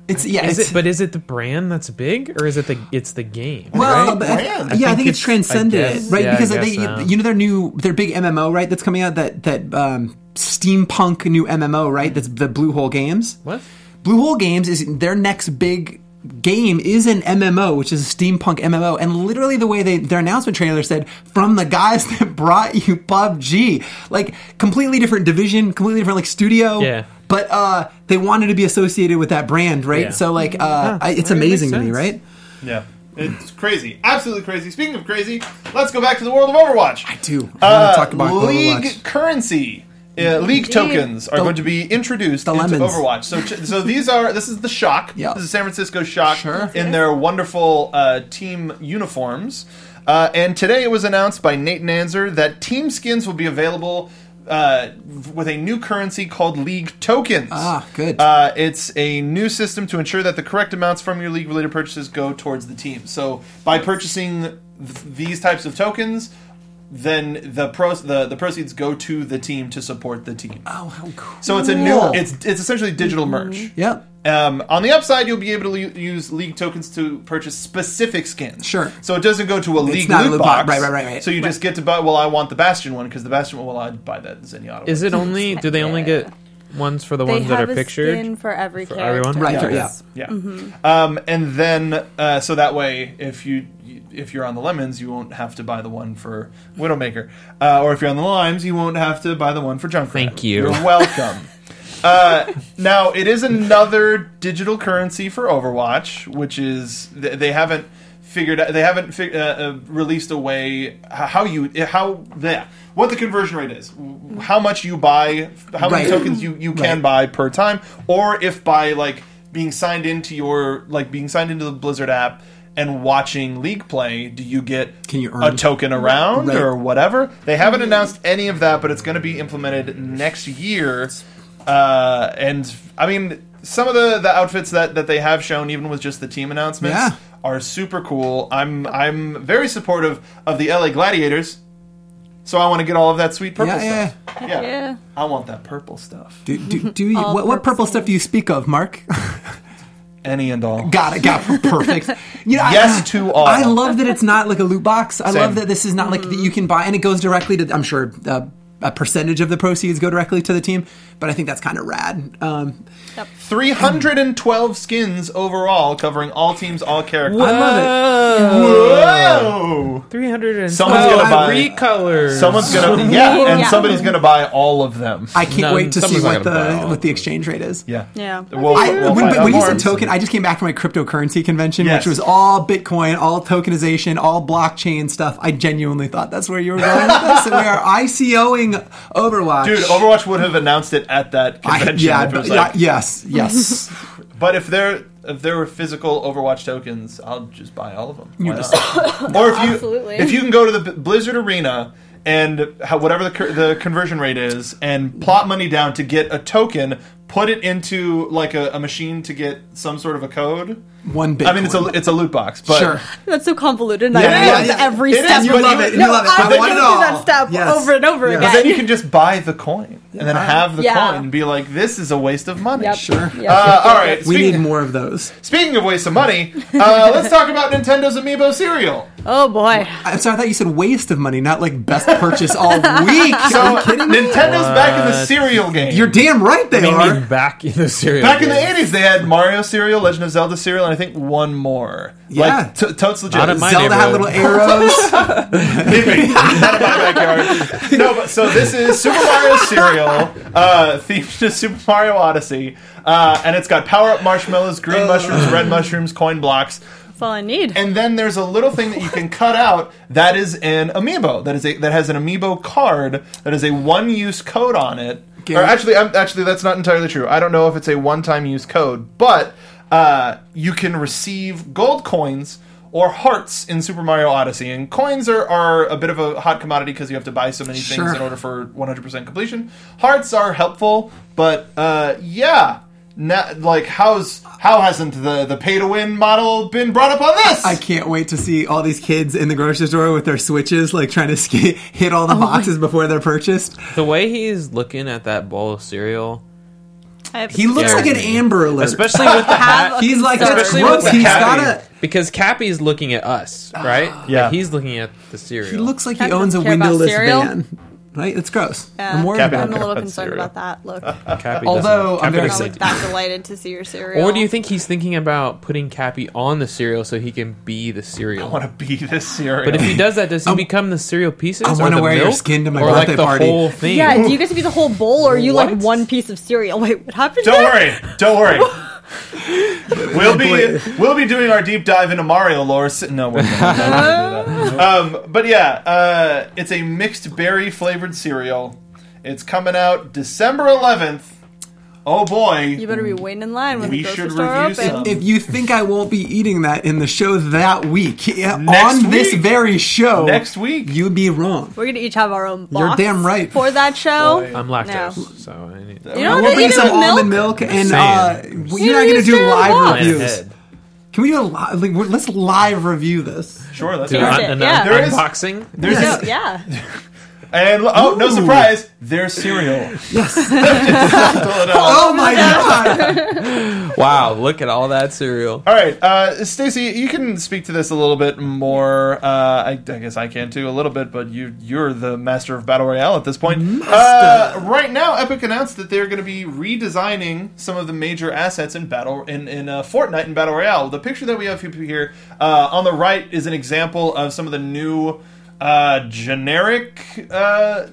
S5: It's- yeah.
S3: Is
S5: it's,
S3: it? But is it the brand that's big, or is it the? It's the game.
S5: Well,
S1: Right?
S5: but I-
S1: Brand.
S5: yeah, I think,
S3: think
S5: it's,
S3: it's- I
S5: transcended,
S3: guess.
S5: right?
S3: Yeah, I
S5: because
S3: guess
S5: they,
S3: so.
S5: you know, their new, their big MMO, right? That's coming out that that um, steampunk new MMO, right? That's the Blue Hole Games.
S3: What?
S5: Blue Hole Games is their next big game is an MMO, which is a steampunk MMO, and literally the way they their announcement trailer said, "From the guys (laughs) that brought you PUBG," like completely different division, completely different like studio.
S3: Yeah.
S5: But uh, they wanted to be associated with that brand, right?
S3: Yeah.
S5: So like, uh, I, it's
S3: I mean, it
S5: amazing
S3: makes
S5: to me,
S3: sense.
S5: right?
S1: Yeah. It's crazy. Absolutely crazy. Speaking of crazy, let's go back to the world of Overwatch.
S5: I do. I wanna
S1: Uh,
S5: talk about
S1: league
S5: Overwatch.
S1: currency. Uh, league tokens are going to be introduced
S5: the
S1: into
S5: lemons.
S1: Overwatch. So, ch- so these are this is the Shock.
S5: Yeah.
S1: This is San Francisco Shock
S5: Sure.
S1: in their wonderful uh, team uniforms. Uh, and today it was announced by Nate Nanzer that team skins will be available uh, with a new currency called League tokens.
S5: Ah, good.
S1: Uh, it's a new system to ensure that the correct amounts from your league related purchases go towards the team. So by purchasing th- these types of tokens, then the pro- the, the proceeds go to the team to support the team.
S5: Oh, how cool! Mm-hmm.
S1: So it's a new it's it's essentially digital merch.
S5: Yep.
S1: Um, on the upside, you'll be able to u- use league tokens to purchase specific skins.
S5: Sure.
S1: So it doesn't go to a league
S5: not a
S1: loot,
S5: loot
S1: box.
S5: box. Right, right, right, right.
S1: So you just get to buy. Well, I want the Bastion one because the Bastion one. Well, I'd buy that Zenyatta. one.
S3: Is it only? Do they only get ones for the
S4: They
S3: ones that
S4: have
S3: are
S4: a
S3: pictured?
S4: skin for every
S3: For
S4: character.
S3: everyone?
S5: Right. Yeah.
S1: Yeah. Yeah. Um, and then uh, so that way, if you if you're on the lemons, you won't have to buy the one for Widowmaker, uh, or if you're on the limes, you won't have to buy the one for Junkrat.
S3: Thank you.
S1: You're
S3: (laughs)
S1: welcome. uh, now it is another digital currency for Overwatch, which is th- they haven't figured out they haven't fi- uh, uh, released a way h- how you how yeah, what the conversion rate is, w- how much you buy, how many
S5: Right.
S1: tokens you you can
S5: Right.
S1: buy per time, or if by like being signed into your like being signed into the Blizzard app and watching league play, do you get
S5: Can you earn-
S1: a token around
S5: Right. Mm.
S1: or whatever? They haven't announced any of that, but it's going to be implemented next year. Uh, and I mean, some of the the outfits that that they have shown, even with just the team announcements,
S5: Yeah.
S1: are super cool. I'm I'm very supportive of the LA Gladiators. So I want to get all of that sweet purple
S5: Yeah, yeah,
S1: stuff.
S4: yeah.
S1: I want that purple stuff.
S5: Do, do, do you,
S4: All
S5: what, what purple
S4: purple.
S5: stuff do you speak of, Mark?
S1: Any and all.
S5: Got it. Got it.
S1: (laughs)
S5: Perfect. You know, I-
S1: Yes to all.
S5: I love that it's not like a loot box. I
S1: Same.
S5: love that this is not like that you can buy and it goes directly to. I'm sure uh, a percentage of the proceeds go directly to the team, but I think that's kind of rad. Um,
S1: 312 skins overall, covering all teams, all characters.
S5: I love it.
S1: Whoa!
S3: Oh, Three hundred and
S1: Someone's gonna buy-
S3: colors.
S1: Someone's gonna yeah, and
S4: Yeah.
S1: somebody's gonna buy all of them.
S5: I can't
S3: No,
S5: wait to see
S6: someone's not
S5: what
S6: gonna buy all
S5: the
S6: of
S5: what the exchange rate is.
S1: yeah,
S4: Yeah.
S1: Well,
S5: I,
S1: we'll
S5: when
S1: find
S5: but when you
S1: out
S5: said
S1: more.
S5: token, I just came back from my cryptocurrency convention,
S1: Yes.
S5: which was all Bitcoin, all tokenization, all blockchain stuff. I genuinely thought that's where you were going with this. and we are ICOing Overwatch.
S1: dude, Overwatch would have announced it at that
S5: I,
S1: convention.
S5: yeah,
S1: if it was
S5: yeah,
S1: like-
S5: yes,
S1: (laughs)
S5: yes.
S1: But if there if there were physical Overwatch tokens, I'll just buy all of them. Why
S5: (coughs)
S1: not? or if you
S4: Absolutely.
S1: if you can go to the B- Blizzard Arena and how, whatever the cur- the conversion rate is, and plot money down to get a token, put it into like a, a machine to get some sort of a code.
S5: One Bitcoin.
S1: I mean, it's a it's a loot box, but
S5: sure.
S4: That's so convoluted. And
S1: Yeah,
S4: I
S1: yeah,
S4: love
S1: yeah.
S4: every
S1: It is,
S4: step.
S1: but
S5: You love it. You
S4: No,
S5: love it.
S4: I
S5: I
S4: would
S5: want
S4: do
S5: it all.
S4: that step
S5: Yes.
S4: over and over
S5: Yeah.
S1: But
S4: again. (laughs)
S1: then you can just buy the coin and then have the
S4: Yeah.
S1: coin and be like, this is a waste of money.
S4: Yep.
S5: Sure.
S4: Yep.
S1: Uh, all right.
S5: We
S1: speaking,
S5: need more of those.
S1: speaking of waste of money, uh, let's talk about Nintendo's Amiibo cereal.
S4: Oh boy.
S5: I'm sorry, I thought you said waste of money, not like best purchase
S4: (laughs)
S5: all week.
S1: So
S5: Are you kidding me?
S1: Uh, Nintendo's back in the cereal game.
S5: You're damn right they
S3: Maybe
S5: are.
S3: back in the cereal.
S1: back in the
S3: game.
S1: '80s, they had Mario cereal, Legend of Zelda cereal, and I think one more.
S5: Yeah.
S1: like, to- totes legit.
S3: Not in my
S5: Zelda had
S3: neighborhood.
S5: little arrows.
S1: Leaving. (laughs) Not in my backyard. No, but so this is Super Mario cereal uh, themed to Super Mario Odyssey, uh, and it's got power up marshmallows, green mushrooms, red mushrooms, coin blocks.
S4: That's all I need.
S1: And then there's a little thing that you can cut out that is an amiibo. That is a that has an amiibo card that is a one use code on it. Or actually, I'm, actually that's not entirely true. I don't know if it's a one time use code, but uh, you can receive gold coins or hearts in Super Mario Odyssey. And coins are, are a bit of a hot commodity because you have to buy so many
S5: Sure.
S1: things in order for 100% completion. Hearts are helpful, but uh, yeah. Now, like how's how hasn't the the pay to win model been brought up on this?
S5: I can't wait to see all these kids in the grocery store with their switches, like trying to sk- hit all the
S4: Oh
S5: boxes before they're purchased.
S6: The way he is looking at that bowl of cereal,
S4: I have
S5: He looks like an Amber Alert.
S6: especially with the
S4: (laughs)
S6: hat,
S5: he's like,
S4: Especially
S6: with
S5: that's gross.
S6: the
S5: He's
S1: cabbie.
S5: got a.
S6: because Cappy's looking at us, right?
S1: Yeah.
S3: (sighs)
S6: Like, he's looking at the cereal.
S5: He looks like he
S4: Cabbie
S5: owns a
S4: doesn't care about
S5: windowless
S4: cereal.
S5: van. Right? It's gross.
S4: Yeah.
S5: I'm worried
S1: Cappy.
S5: about
S4: I'm a
S5: it.
S4: little
S1: That's
S4: concerned
S1: cereal.
S4: about
S3: (laughs)
S4: that. Look, I'm
S3: Cappy doesn't-
S5: Although, I'm
S3: Cappy
S5: very
S3: doesn't-
S4: not like that delighted to see your cereal.
S3: Or do you think he's thinking about putting Cappy on the cereal so he can be the cereal?
S1: I want to be this cereal.
S3: But if he does that, does he become the cereal pieces?
S5: I
S3: or
S5: wanna
S3: the
S5: wear your
S3: milk?
S5: skin to my
S3: or like
S5: birthday
S3: the
S5: party.
S3: whole thing. (laughs)
S4: Yeah, do you get to be the whole bowl, or are you like
S3: What?
S4: one piece of cereal? Wait, what
S1: (laughs)
S4: happened?
S1: Don't
S4: there?
S1: worry. Don't worry. we'll be we'll be doing our deep dive into Mario lore. s- No, we're not. um, but yeah, uh, it's a mixed berry flavored cereal. It's coming out December 11th. Oh
S4: You
S1: boy,
S4: better be waiting in line when
S1: We
S4: the grocery
S1: should
S4: store
S1: review
S4: opens.
S1: some.
S5: If you think I won't be eating that in the show that week, yeah,
S1: Next
S5: on this
S1: week.
S5: very show,
S1: next week.
S5: you'd be wrong.
S4: We're gonna each have our own box.
S5: You're damn right.
S4: for that show.
S1: Boy.
S3: I'm lactose, so I need
S4: You know
S5: I
S4: what
S5: will
S4: they
S5: bring
S4: eat it
S5: some
S4: with milk?
S5: almond milk, and
S3: saying.
S5: uh,
S4: You
S5: you're not
S4: don't
S5: gonna
S4: use
S5: do
S4: cereal
S5: live
S4: box.
S5: reviews.
S3: Ahead.
S5: Can we do a live? Like, we're- let's live review this.
S1: Sure, that's
S3: Do
S1: all right.
S4: it,
S3: an,
S4: yeah.
S3: an
S1: There is-
S3: unboxing.
S1: There's
S4: No,
S1: this-
S4: yeah.
S1: and oh, no
S5: Ooh.
S1: surprise, there's cereal.
S5: Yes.
S1: Fill it out.
S5: oh my god.
S3: Wow, look at all that cereal.
S1: (laughs) All right, uh, Stacy, you can speak to this a little bit more. Uh, I, I guess I can too, a little bit, but you, you're the master of battle royale at this point. Uh, right now, Epic announced that they're going to be redesigning some of the major assets in battle in in uh, Fortnite and battle royale. The picture that we have here uh, on the right is an example of some of the new uh, generic. Uh,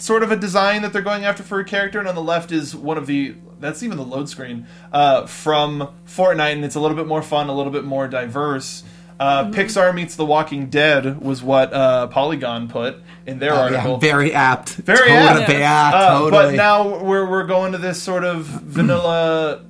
S1: sort of a design that they're going after for a character, and on the left is one of the that's even the load screen uh, from Fortnite, and it's a little bit more fun, a little bit more diverse. Uh, Pixar meets The Walking Dead was what uh, Polygon put in their article.
S5: Oh, Yeah, very apt.
S1: Very
S5: totally
S1: apt.
S5: Yeah,
S1: Uh,
S5: totally.
S1: But now we're we're going to this sort of
S5: (clears throat)
S1: vanilla.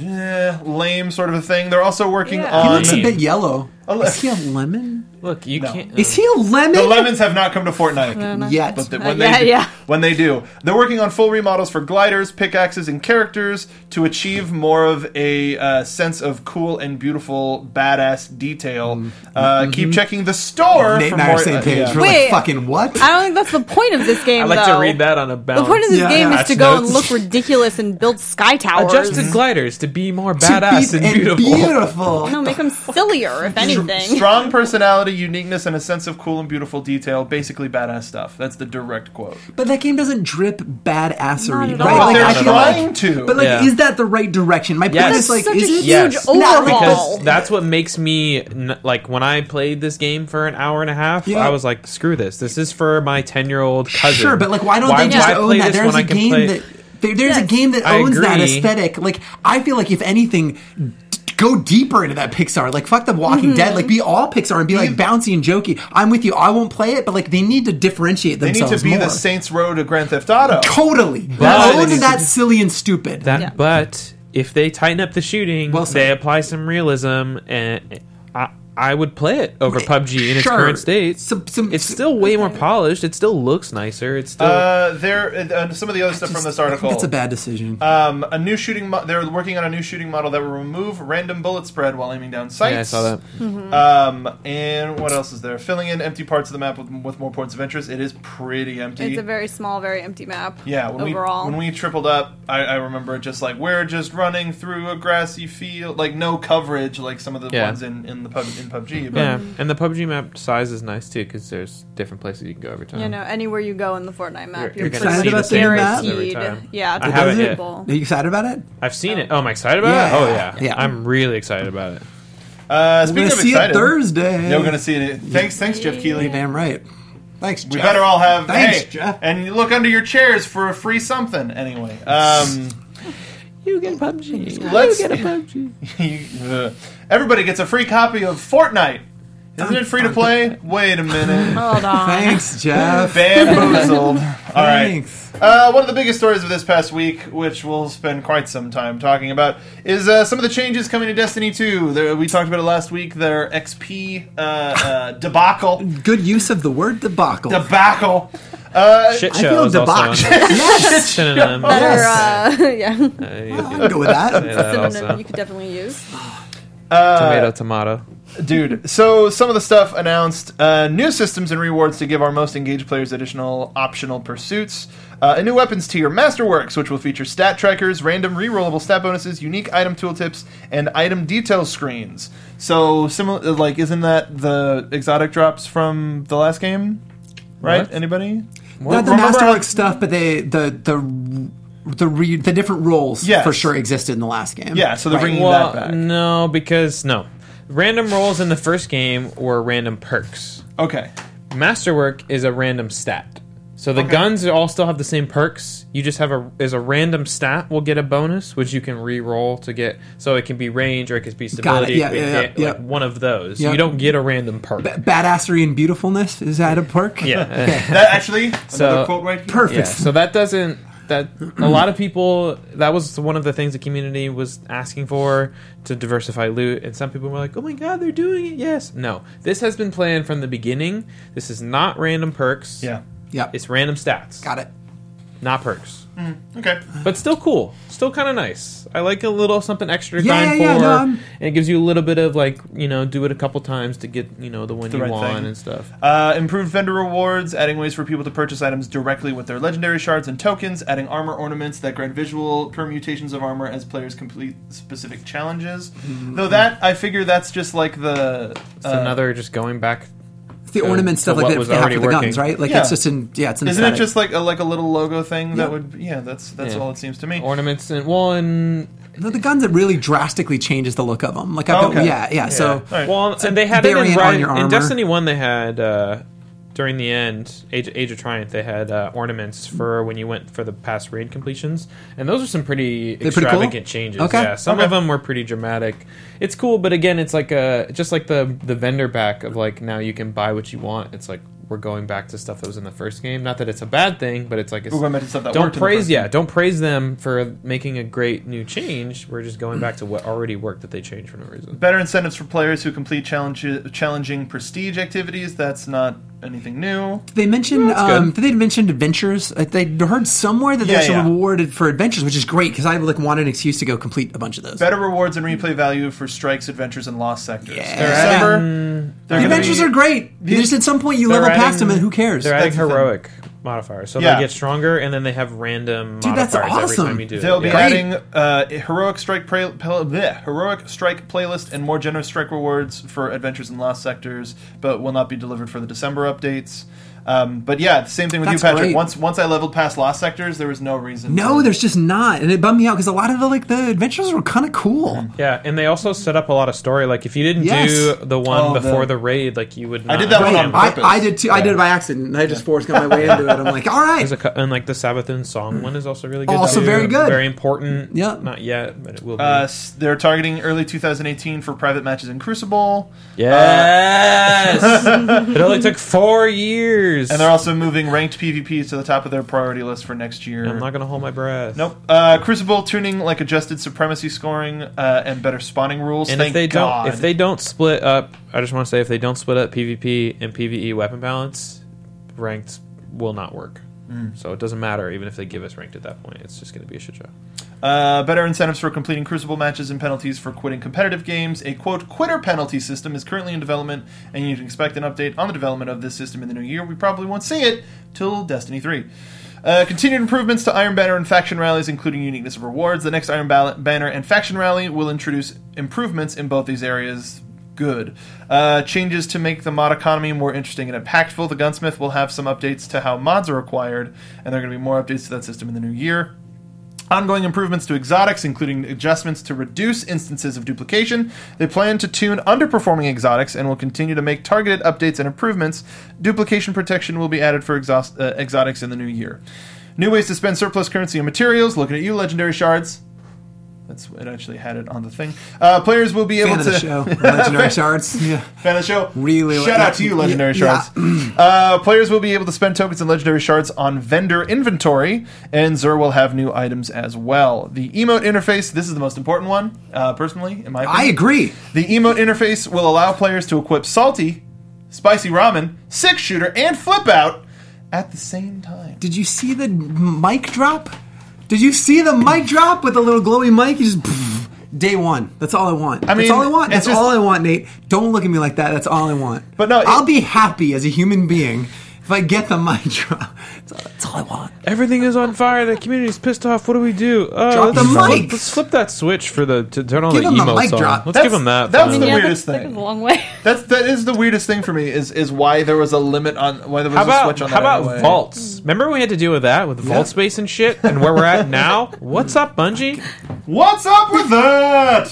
S1: eh, lame sort of a thing. They're also working
S4: Yeah.
S5: he
S1: on.
S5: looks a bit yellow.
S1: look.
S5: Is he a lemon?
S3: Look, you can't. uh,
S5: Is he a lemon?
S1: the lemons have not come to Fortnite.
S5: Yet.
S1: But
S4: (laughs)
S1: they-
S4: Uh,
S1: when
S4: yeah,
S1: they do,
S4: yeah.
S1: when they do, they're working on full remodels for gliders, pickaxes, and characters to achieve more of a uh, sense of cool and beautiful badass detail.
S5: Mm-hmm.
S1: Uh, Keep checking the store.
S5: Nate
S1: for
S5: and I
S1: more,
S5: are same
S1: uh,
S5: page.
S1: yeah.
S5: We're
S4: Wait.
S5: like, fucking what?
S4: I don't think that's the point of this game.
S3: I like
S4: though.
S3: to read that on a
S4: The
S3: balance.
S4: point of this
S5: Yeah.
S4: game is
S1: That's
S4: to go and
S1: notes.
S4: look ridiculous and build sky towers.
S3: Adjusted gliders to be more
S5: (laughs) To
S3: badass
S5: be-
S3: and beautiful.
S5: beautiful.
S4: no, make them sillier if anything.
S1: Strong personality, uniqueness, and a sense of cool and beautiful detail. Basically, badass stuff. That's the direct quote.
S5: But that game doesn't drip badassery, right?
S4: at all. But
S1: they're
S5: I feel
S1: trying to.
S5: But like,
S3: Yeah.
S5: is that the right direction? My point
S3: Yes.
S5: is like,
S4: Such
S5: is
S4: a
S3: (laughs)
S5: it
S3: Yes.
S4: huge
S5: Not
S4: overhaul.
S3: because that's what makes me n- like when I played this game for an hour and a half.
S5: Yeah.
S3: I was like, "Screw this! This is for my ten-year-old cousin."
S5: Sure, but like, why don't they
S3: do
S5: just
S3: I
S5: own
S3: play
S5: that?
S3: this
S5: There's
S3: when
S5: a
S3: I can
S5: game
S3: play-
S5: that there, there's a
S4: Yes.
S5: game that
S3: I
S5: owns that
S3: agree.
S5: aesthetic. Like, I feel like if anything, d- go deeper into that Pixar. Like, fuck the Walking Dead. Like, be all Pixar and be like bouncy and jokey. I'm with you. I won't play it, but like, they need to differentiate
S1: They need
S5: themselves
S1: to be
S5: more.
S1: the Saints Row to Grand Theft Auto.
S5: Totally,
S3: But-
S5: own that silly and stupid.
S3: That,
S4: Yeah.
S3: but if they tighten up the shooting,
S5: Well
S3: they
S5: said.
S3: apply some realism, and I, I would play it over PUBG in its
S5: Sure.
S3: current state.
S5: Some- some-
S3: it's still way more polished. It still looks nicer. It's still
S1: Uh, there, uh, some of the other stuff from this
S5: I think
S1: article.
S5: That's a bad decision.
S1: Um, a new shooting. Mo- they're working on a new shooting model that will remove random bullet spread while aiming down sights.
S3: yeah, I saw that.
S1: Um, and what else is there? Filling in empty parts of the map with, with more points of interest. It is pretty empty.
S4: It's a very small, very empty map.
S1: yeah, when
S4: overall.
S1: we when we tripled up, I, I remember it just like we're just running through a grassy field, like no coverage, like some of the
S3: Yeah.
S1: ones in in the pub, in PUBG. But
S3: Yeah, and the PUBG map size is nice too because there's different places you can go every time.
S4: you know, anywhere you go in the Fortnite
S3: You're-
S4: map, you're,
S3: you're
S4: pretty
S3: gonna
S5: see the
S4: much
S5: same maps
S3: every
S4: guaranteed.
S3: time.
S4: Yeah,
S3: I
S4: to
S3: haven't
S4: those
S3: yet.
S4: people.
S5: Are you excited about it?
S3: I've seen it. Oh, am I excited about it?
S5: Yeah.
S3: Oh yeah,
S5: Yeah.
S3: I'm really excited about it.
S1: uh,
S5: We're
S1: speaking
S5: gonna
S1: of
S5: see
S1: excited,
S5: it Thursday.
S1: You're gonna see it. Thanks, thanks, Jeff Keeley.
S5: You're damn right. Thanks.
S1: We better all have
S5: Thanks,
S1: hey,
S5: Jeff.
S1: and you look under your chairs for a free something. Anyway, um,
S3: You get PUBG.
S1: Let's-
S3: you get a
S1: (laughs)
S3: PUBG.
S1: uh, everybody gets a free copy of Fortnite. Isn't it free to play? Wait a minute.
S4: Hold on.
S5: Thanks,
S3: (laughs)
S5: Jeff.
S1: Bamboozled. All right.
S5: Thanks.
S1: Uh, one of the biggest stories of this past week, which we'll spend quite some time talking about, is uh, some of the changes coming to Destiny 2. There, we talked about it last week, their XP uh, uh, debacle.
S5: Good use of the word debacle.
S1: Debacle. Uh,
S3: Shit
S5: I
S3: show
S5: feel
S3: is also
S5: (laughs) debauched. yes.
S3: synonym.
S4: Better,
S5: Yes.
S4: uh, (laughs) yeah,
S5: I can go with that.
S3: That
S4: synonym
S3: also.
S4: you could definitely use.
S3: Tomato, tomato.
S1: Dude, so some of the stuff announced uh, new systems and rewards to give our most engaged players additional optional pursuits, uh, a new weapons tier, Masterworks, which will feature stat trackers, random rerollable stat bonuses, unique item tooltips, and item detail screens. So, similar, like, isn't that the exotic drops from the last game? Right?
S3: What?
S1: Anybody?
S5: Not the
S1: Remember
S5: masterwork
S1: how-
S5: stuff, but they the the the re, the different roles
S1: Yes.
S5: for sure existed in the last game.
S1: Yeah, so they're
S5: Right.
S1: bringing
S3: Well,
S1: that back.
S3: no, because no, random rolls in the first game were random perks.
S1: Okay.
S3: Masterwork is a random stat. So the guns all still have the same perks. You just have a is a random stat will get a bonus, which you can re-roll to get. So it can be range or it could be stability.
S5: Yeah,
S3: it could
S5: yeah,
S3: be
S5: yeah,
S3: hit,
S5: yeah.
S3: Like one of those.
S5: Yeah.
S3: You don't get a random perk.
S5: badassery and beautifulness is that a perk?
S3: yeah.
S1: That actually, another
S3: So-
S1: quote right here.
S5: perfect.
S3: Yeah, so that doesn't that a lot of people that was one of the things the community was asking for to diversify loot and some people were like oh my god they're doing it yes no this has been planned from the beginning this is not random perks
S1: Yeah.
S5: Yep.
S3: it's random stats
S5: Got it.
S3: not perks
S1: Okay.
S3: but still cool still kind of nice i like a little something extra to
S5: Yeah,
S3: grind
S5: yeah, yeah,
S3: for
S5: no, I'm-
S3: and it gives you a little bit of like you know do it a couple times to get you know the one
S1: The
S3: you
S1: right
S3: want
S1: thing.
S3: and stuff
S1: Uh, improved vendor rewards, adding ways for people to purchase items directly with their legendary shards and tokens, adding armor ornaments that grant visual permutations of armor as players complete specific challenges. Though that, I figure that's just like the.
S3: Mm-hmm.
S1: uh,
S3: it's another just going back
S5: It's the
S3: So-
S5: ornament stuff
S3: so
S5: like
S3: what
S5: that
S3: was
S5: they have for
S3: already
S5: the guns,
S3: working.
S5: right? Like
S1: Yeah.
S5: it's just in yeah, it's an
S1: Isn't it
S5: aesthetic.
S1: just like a, like a little logo thing that
S5: Yeah.
S1: would yeah that's that's
S3: Yeah.
S1: all it seems to me.
S3: ornaments and well and
S5: No, the guns it really drastically changes the look of them. Like I've got,
S1: Oh, Okay.
S5: yeah, yeah, So
S1: All right.
S3: Well, and they had it in,
S5: variant on
S3: Ri-
S5: your armor.
S3: in Destiny One. They had uh, during the end Age, Age of Triumph. They had uh, ornaments for when you went for the past raid completions, and those are some pretty
S5: pretty cool?
S3: extravagant changes.
S5: Okay.
S3: Yeah, some
S1: Okay.
S3: of them were pretty dramatic. It's cool, but again, it's like a just like the the vendor back of like now you can buy what you want. It's like we're going back to stuff that was in the first game. Not that it's a bad thing, but it's like it's,
S1: We're going back to stuff that
S3: don't
S1: worked in the
S3: praise
S1: first
S3: yeah
S1: game.
S3: don't praise them for making a great new change. We're just going back to what already worked that they changed for no reason.
S1: Better incentives for players who complete challenges, challenging prestige activities. That's not anything new.
S5: they mentioned
S3: good.
S5: um, they mentioned adventures. Like, They heard somewhere that they
S1: Yeah,
S5: actually
S1: yeah.
S5: rewarded for adventures, which is great because I like wanted an excuse to go complete a bunch of those.
S1: Better rewards and replay value for strikes, adventures, and lost sectors.
S5: Yeah.
S1: They're
S3: Mm.
S5: The adventures are great. You just at some point you level
S3: adding-
S5: past them and who cares?
S3: They're adding
S1: That's the thing.
S3: heroic modifiers, so
S1: Yeah.
S3: they get stronger, and then they have random
S5: Dude, that's
S3: modifiers every
S5: awesome.
S3: time you do. it.
S1: They'll be
S3: Yeah.
S5: Great.
S1: adding uh, heroic strike pra- pel- bleh, heroic strike playlist and more generous strike rewards for adventures in lost sectors, but will not be delivered for the December updates. Um, but yeah, the same thing with
S5: That's
S1: you, Patrick.
S5: great.
S1: Once once I leveled past lost sectors, there was no reason.
S5: No,
S1: for-
S5: there's just not, and it bummed me out because a lot of the like the adventures were kind of cool.
S3: yeah, and they also set up a lot of story. Like if you didn't
S5: Yes.
S3: do the one
S1: Oh, the-
S3: before the, raid, like you would. Not
S1: did that one
S3: understand.
S1: on
S5: I,
S1: purpose.
S5: I did too. I did it by accident. and I just forced my way into it. I'm like, all right,
S3: There's a cou- and like the Sabathun song one is also really good.
S5: Also
S3: too.
S5: very good.
S3: very important.
S5: Yeah.
S3: not yet, but it will be.
S1: Uh, s- they're targeting early 2018 for private matches in Crucible, (laughs)
S3: yes, it only took four years,
S1: uh, and they're also moving ranked PvP to the top of their priority list for next year.
S3: I'm not gonna hold my breath.
S1: Nope. Uh, Crucible tuning, like adjusted supremacy scoring, uh, and better spawning rules.
S3: And
S1: Thank
S3: if they
S1: God.
S3: don't, if they don't split up, I just want to say if they don't split up PvP and PvE weapon balance, ranked will not work. So it doesn't matter even if they give us ranked at that point. It's just going to be a shit show.
S1: Uh, better incentives for completing Crucible matches and penalties for quitting competitive games. A quote quitter penalty system is currently in development, and you can expect an update on the development of this system in the new year. We probably won't see it till Destiny 3. Uh, continued improvements to Iron Banner and faction rallies, including uniqueness of rewards. The next Iron Bal- Banner and faction rally will introduce improvements in both these areas. Good. Uh, changes to make the mod economy more interesting and impactful. The Gunsmith will have some updates to how mods are acquired, and there are going to be more updates to that system in the new year. Ongoing improvements to exotics, including adjustments to reduce instances of duplication. They plan to tune underperforming exotics and will continue to make targeted updates and improvements. Duplication protection will be added for exhaust, uh, exotics in the new year. New ways to spend surplus currency and materials. Looking at you, legendary shards. That's it. Actually, had it on the thing. Uh, players will be
S5: fan
S1: able
S5: of
S1: to
S5: the show, (laughs)
S1: (laughs)
S5: legendary shards. Yeah.
S1: fan of the show.
S5: Really
S1: shout
S5: like-
S1: out to you, legendary
S5: Yeah.
S1: shards. uh, players will be able to spend tokens and legendary shards on vendor inventory, and Zur will have new items as well. The emote interface. This is the most important one, uh, personally, in my
S5: I
S1: opinion.
S5: agree.
S1: The emote interface will allow players to equip salty, spicy ramen, six shooter, and flip out at the same time.
S5: Did you see the mic drop? Did you see the mic drop with the little glowy mic? You just pff, day one. That's all I want. I
S1: mean,
S5: that's all I want.
S1: it's
S5: That's
S1: just-
S5: all I want, Nate. Don't look at me like that. That's all I want.
S1: But no, it-
S5: I'll be happy as a human being If I get the mic drop, (laughs) that's all- that's all I want.
S3: Everything is on fire. The community's pissed off. What do we do? Uh,
S5: Drop
S3: let's
S5: the
S3: flip-
S5: mic.
S3: Let's flip that switch for the to turn on
S5: Give
S3: the
S5: him the
S3: emo
S5: mic
S3: song.
S5: drop.
S3: Let's
S5: That's-
S3: give him that.
S1: that's
S3: man.
S1: the
S4: yeah,
S1: weirdest
S4: that's,
S1: thing.
S4: That goes a long way.
S5: (laughs)
S1: That's that is the weirdest thing for me is is why there was a limit on why there was
S3: How
S1: a
S3: about
S1: switch on
S3: how
S1: that
S3: about
S1: anyway.
S3: vaults? Remember we had to deal with that with vault space and shit, and where we're at now. What's up, Bungie?
S1: What's up with that?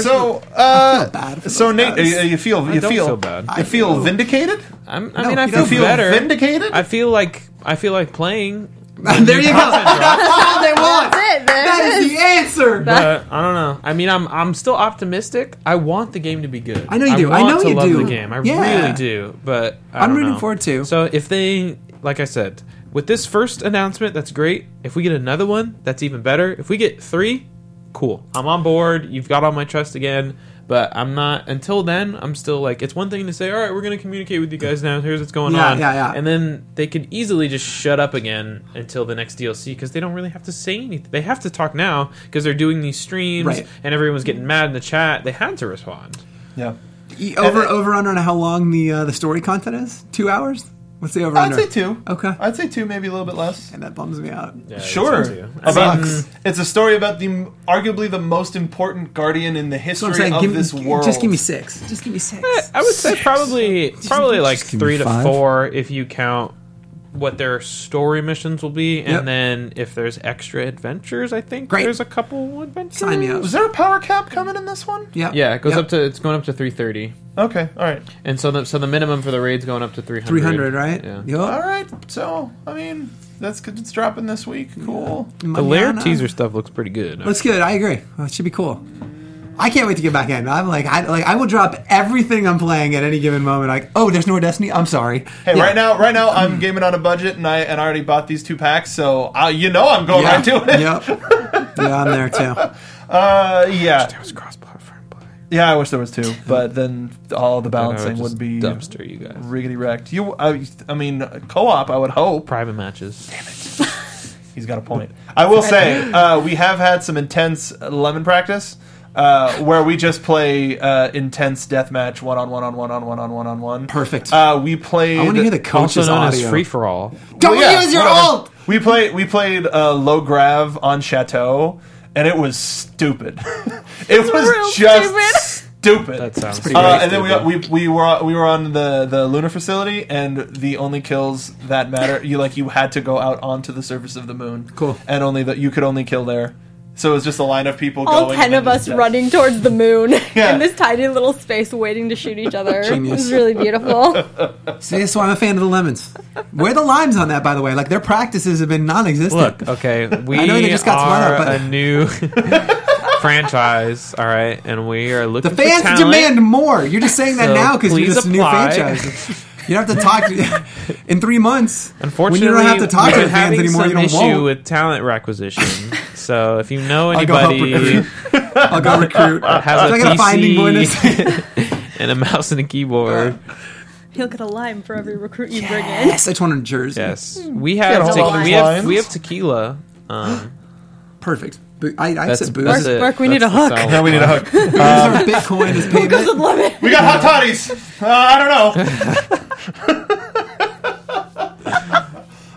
S1: so, uh,
S5: bad for
S1: so
S5: those
S1: Nate, uh,
S5: guys.
S1: you, you feel you
S3: don't
S1: feel,
S3: feel bad.
S1: You feel vindicated.
S3: I'm, I
S5: No,
S3: mean, I
S5: you
S3: feel
S5: don't
S1: feel
S3: better.
S1: vindicated?
S3: I feel like I feel like playing.
S5: (laughs) there you go. That's all they want.
S4: That's it. There
S5: That
S4: it
S5: is
S4: is.
S5: the answer.
S3: But I don't know. I mean, I'm I'm still optimistic. I want the game to be good.
S5: I know you do. I
S3: want
S5: know
S3: to
S5: you
S3: love
S5: do.
S3: The game. I
S5: Yeah.
S3: really do. But I
S5: I'm
S3: don't
S5: rooting
S3: know.
S5: for it, too.
S3: So if they, like I said, with this first announcement, that's great. If we get another one, that's even better. If we get three, cool. I'm on board. You've got all my trust again. But I'm not. Until then, I'm still like it's one thing to say, all right, we're going to communicate with you guys now. Here's what's going
S5: Yeah,
S3: on.
S5: yeah, yeah.
S3: And then they could easily just shut up again until the next DLC because they don't really have to say anything. They have to talk now because they're doing these streams
S5: Right.
S3: and everyone's getting mad in the chat. They had to respond.
S1: Yeah,
S5: E- Over over under on how long the uh, the story content is? Two hours? What's the over
S1: I'd
S5: under?
S1: say two.
S5: Okay.
S1: I'd say two, maybe a little bit less.
S5: And that bums me out.
S1: Sure,
S3: I
S1: About-
S5: mean-
S1: it's a story about the arguably the most important guardian in the
S5: So I'm
S1: history
S5: saying,
S1: of
S5: give,
S1: this
S5: g-
S1: world.
S5: just give me six. Just give me six.
S3: Eh, I would say probably probably like
S5: Just give me
S3: three to
S5: five.
S3: four if you count what their story missions will be, and
S5: Yep.
S3: then if there's extra adventures, I think
S5: Great.
S3: there's a couple adventures.
S5: Sign me up.
S1: Was there a power cap coming in this one?
S5: Yeah.
S3: Yeah, it goes
S5: Yep.
S3: up to it's going up to three thirty,
S1: Okay, all right,
S3: and so the so the minimum for the raid's going up to three hundred.
S5: 300, right?
S3: Yeah.
S5: Yup.
S1: all right. So I mean, that's good. It's dropping this week. Cool.
S3: The lair
S5: Manana.
S3: teaser stuff looks pretty good.
S5: Looks good. I agree. Well, it should be cool. I can't wait to get back in. I'm like, I like, I will drop everything I'm playing at any given moment. Like, oh, there's no more Destiny. I'm sorry.
S1: Hey,
S5: Yeah.
S1: right now, right now, I'm gaming on a budget, and I and I already bought these two packs, so I, you know I'm going
S5: Yeah.
S1: right to it.
S5: Yep. yeah, I'm there too.
S1: (laughs) Uh, yeah,
S3: was cross platform play.
S1: yeah. I wish there was two, but then all the balancing would be
S3: dumpster, you guys.
S1: riggedy wrecked. You, I, I mean, co-op. I would hope
S3: Private matches.
S1: he's got a point. I will say, uh, we have had some intense lemon practice. Uh, where we just play uh, intense deathmatch one on one on one on one on one on one.
S5: Perfect.
S1: Uh, we played.
S5: I want to hear the coach's
S3: also known
S5: audio.
S3: as free for
S5: (laughs)
S3: all.
S5: Don't
S1: Well, yeah,
S5: use your
S1: whatever.
S5: alt.
S1: We played we played uh, low grav on Chateau, and it was stupid. (laughs) it was just stupid.
S3: That sounds
S5: pretty
S1: Uh,
S5: great.
S1: and then we, got, we we were on- we were on the, the lunar facility, and the only kills that matter you like you had to go out onto the surface of the moon.
S5: Cool.
S1: And only that you could only kill there. So it was just a line of people.
S4: (laughs) All
S1: going
S4: ten
S1: and
S4: of
S1: then
S4: us
S1: just death.
S4: running towards the moon
S1: (laughs) Yeah.
S4: in this tiny little space, waiting to shoot each other. It
S5: Genius.
S4: was
S1: (laughs)
S4: really beautiful.
S5: See, that's why I'm a fan of the lemons. Where are the limes on that, by the way? Like their practices have been non-existent.
S3: Look, okay, we
S5: know they just got
S3: are
S5: smarter, but-
S3: a new (laughs) franchise, all right, and we are
S5: the
S3: looking. for
S5: fans
S3: talent.
S5: demand more. You're just saying that
S3: So
S5: now because you're
S3: please
S5: this new
S3: apply.
S5: franchise. You don't have to (laughs) talk in three months.
S3: Unfortunately,
S5: when you don't have to
S3: we've
S5: talk to
S3: been
S5: the fans
S3: having
S5: anymore,
S3: some
S5: you don't
S3: issue
S5: want.
S3: with talent
S5: (laughs)
S3: requisition. so if you know
S5: I'll go help
S3: anybody
S5: recruit.
S3: (laughs)
S5: I'll go recruit.
S3: has
S5: Do
S3: a
S5: I get
S3: (laughs)
S5: a finding bonus? (laughs)
S3: PC and a mouse and a keyboard,
S4: He'll get a lime for every recruit you bring (laughs) in.
S5: yes, I just want a jersey.
S3: yes, we
S1: Get
S3: have
S1: all
S3: te-
S1: those
S3: we have
S1: lines.
S3: we have tequila.
S5: (gasps)
S3: Um,
S5: Perfect. Bo- I, I
S3: that's
S5: said booze.
S3: that's
S5: Booze
S3: it.
S4: Mark, we need
S3: That's
S4: a
S3: the
S4: hook.
S3: solid
S1: Now we need a hook.
S5: or Bitcoin
S3: (laughs)
S5: is payment.
S4: With lemon.
S1: we got hot toddies. Uh, I don't know. (laughs)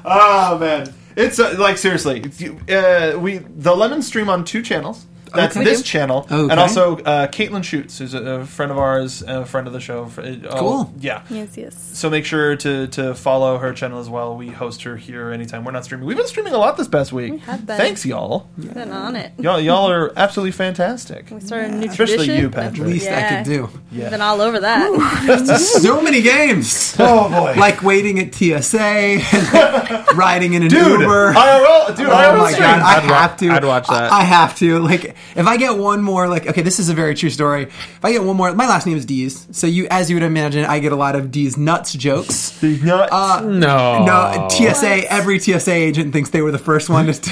S1: oh man, it's uh, like seriously. It's, you- uh, we the lemon stream on two channels. That's
S5: Okay.
S1: this channel,
S5: Oh, Okay.
S1: and also uh, Caitlin Schutz, who's a, a friend of ours, a friend of the show. fr- uh, oh,
S5: Cool.
S1: Yeah.
S4: Yes, yes.
S1: So make sure to to follow her channel as well. We host her here anytime we're not streaming. We've been streaming a lot this past week.
S4: have been.
S1: Thanks, y'all.
S4: Been on it.
S1: Y'all, y'all are absolutely fantastic.
S4: We started a new
S1: Especially
S4: tradition.
S1: you, Patrick.
S5: Least I could do.
S1: Yeah.
S4: Been all over that.
S5: So
S3: (laughs)
S5: many games.
S1: Oh boy,
S5: Like waiting at TSA, (laughs) riding in an
S1: dude,
S5: Uber.
S1: IRL, dude,
S5: Oh
S1: IRL
S5: my
S1: stream.
S5: god, I
S3: I'd wa-
S5: have to.
S3: I'd watch that.
S5: I, I have to. Like, if I get one more, like, okay, this is a very true story. If I get one more, my last name is Dees, so you, as you would imagine, I get a lot of Dees nuts jokes.
S1: These nuts.
S5: Uh,
S3: No,
S5: (laughs)
S1: Uh,
S5: No, TSA. Every TSA agent thinks they were the first one. to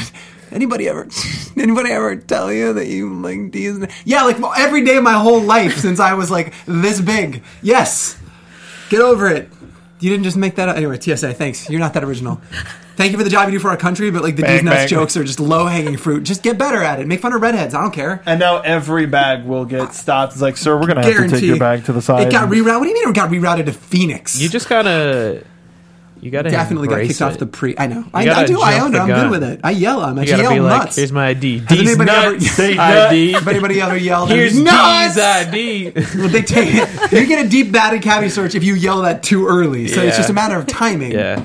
S5: anybody ever? Anybody ever tell you that you like these? Yeah, like well, every day of my whole life since I was like this big. Yes, get over it. You didn't just make that up. Anyway, TSA. Thanks. You're not that original. Thank you for the job you do for our country, but like the
S1: Bang,
S5: these nuts
S1: bang.
S5: jokes are just low hanging fruit. Just get better at it. Make fun of redheads. I don't care.
S1: and now every bag will get stopped. It's like, sir, we're gonna have to
S5: Guarantee.
S1: take your bag to the side.
S5: It got
S1: and-
S5: rerouted. What do you mean it got rerouted to Phoenix?
S3: you just gotta You gotta
S5: Definitely got
S3: embrace
S5: kicked off
S3: it.
S5: the pre. I know. I,
S3: gotta
S5: I do. I
S3: jump
S5: own it.
S3: the
S5: I'm
S3: gun.
S5: good with it. I yell. I'm
S3: You
S5: actually
S3: gotta be
S5: yelling
S3: like,
S5: nuts.
S3: here's my ID.
S5: Has
S3: D's
S5: anybody ever- (laughs)
S3: nuts
S5: Say
S3: ID.
S5: if
S3: (laughs)
S5: anybody ever yelled,
S3: Here's
S5: nuts!
S3: D's ID.
S5: Well, they take
S3: (laughs)
S5: it. You get a deep bad in cavity search if you yell that too early. So it's
S3: Yeah.
S5: just a matter of timing.
S3: yeah,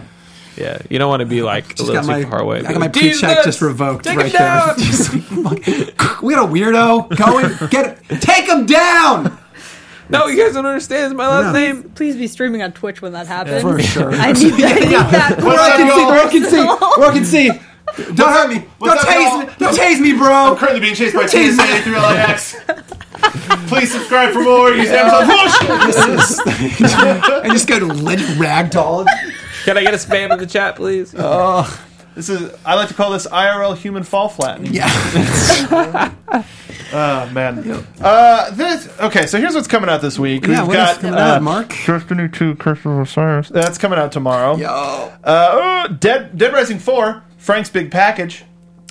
S3: yeah. You don't want to be like a
S5: Just
S3: little
S5: got
S3: too
S5: my,
S3: far away.
S5: I got my
S3: D's
S5: pre-check
S3: nuts.
S5: just revoked
S3: Take
S5: right
S3: him down.
S5: there. (laughs) Just like, fuck. we got a weirdo. Go and get it. Take him down.
S3: No, you guys don't understand. It's my last
S5: No.
S3: name.
S4: (laughs) Please be streaming on Twitch when that happens.
S5: For sure.
S4: (laughs) I need
S5: (laughs)
S4: that. I need that.
S5: Where I can see. Where I
S3: (laughs)
S5: can see. (laughs)
S4: personal-
S5: Where I can see. Don't hurt me. Don't
S1: What's up,
S5: tase
S1: y'all?
S5: me. Don't tase me, bro.
S3: (laughs)
S1: I'm currently being chased by
S5: Jeez.
S1: TSA through LAX. (laughs) Please subscribe for more. Use Amazon Push.
S5: This is- I just go to lit ragdoll.
S3: Can I get a spam in the chat, please?
S5: Oh.
S1: This is I like to call this IRL human fall flattening.
S5: Yeah.
S1: (laughs) Oh man. Uh, this okay. So here's what's coming out this week.
S5: Yeah.
S1: We've
S5: What else
S1: got
S5: coming
S1: uh,
S5: out, Mark?
S1: Destiny 2 Curse of Osiris. That's coming out tomorrow.
S5: Yo.
S1: Uh, oh, Dead Dead Rising 4, Frank's Big Package.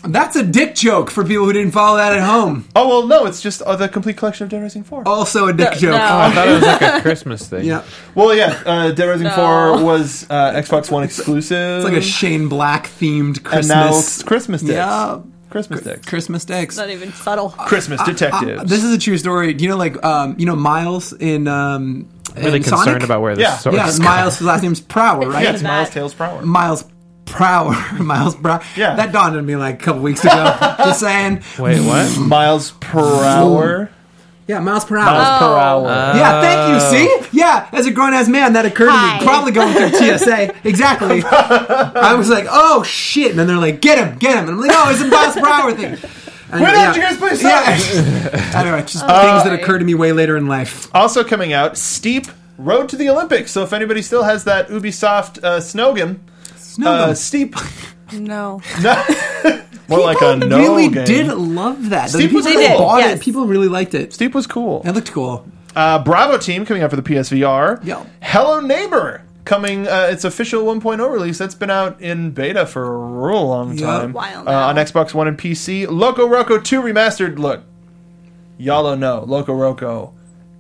S5: That's a dick joke for people who didn't follow that at home.
S1: Oh, well, no, it's just uh, the complete collection of Dead Rising 4.
S5: Also a dick
S4: (laughs)
S5: joke.
S3: I thought it was like a Christmas thing.
S5: Yeah.
S1: Well, yeah, uh, Dead Rising
S4: No.
S1: 4 was uh, Xbox One exclusive.
S5: It's like a Shane Black themed
S1: and
S5: Christmas.
S1: now it's Christmas Dicks.
S5: Yeah.
S1: Christmas Dicks.
S5: Christmas dicks.
S4: Not even subtle.
S1: Christmas Detectives.
S5: Uh, this is a true story. Do You know, like um, you know Miles in um,
S3: Really
S5: in
S3: concerned
S5: Sonic?
S3: about where this
S1: Yeah.
S3: source
S5: Yeah,
S3: is.
S5: Miles. His last name's Prower, right?
S1: yeah, it's
S4: that.
S1: Miles Tails Prower.
S5: Miles Prower. (laughs) Miles Prower.
S1: Yeah.
S5: That dawned on me like a couple weeks
S3: (laughs)
S5: ago. Just saying.
S3: Wait, what?
S1: Miles Prower.
S5: Yeah, Miles Prower.
S1: Miles
S4: Oh.
S1: Prower.
S5: yeah, thank you. See, yeah, as a grown ass man, that occurred to
S4: Hi.
S5: me. Probably going
S4: (laughs)
S5: through TSA. exactly. I was like, oh shit, and then they're like, get him, get him, and I'm like, oh, it's a Miles Prower thing. And,
S1: Why
S5: yeah.
S1: don't you guys play Sonic? Uh,
S5: Yeah. (laughs) I don't know. It's
S4: Oh,
S5: just things that occur to me way later in life.
S1: Also coming out, Steep Road to the Olympics. So if anybody still has that Ubisoft uh, Snogan,
S5: No,
S1: uh,
S5: the
S1: Steep,
S4: No.
S1: more like a
S5: people
S1: no
S5: really
S1: game.
S5: did love that. The
S1: Steve
S5: people
S1: was
S5: that
S1: cool.
S5: bought
S4: Yes.
S5: it, people really liked it.
S1: Steep was cool.
S5: It looked cool.
S1: Uh, Bravo Team coming out for the PSVR.
S5: Yo.
S1: Hello Neighbor coming. Uh, it's official 1.0 release that's been out in beta for a real long time
S4: While
S1: Uh,
S4: now.
S1: on Xbox One and PC. Loco Roco 2 remastered. Look, y'all don't know. Loco Roco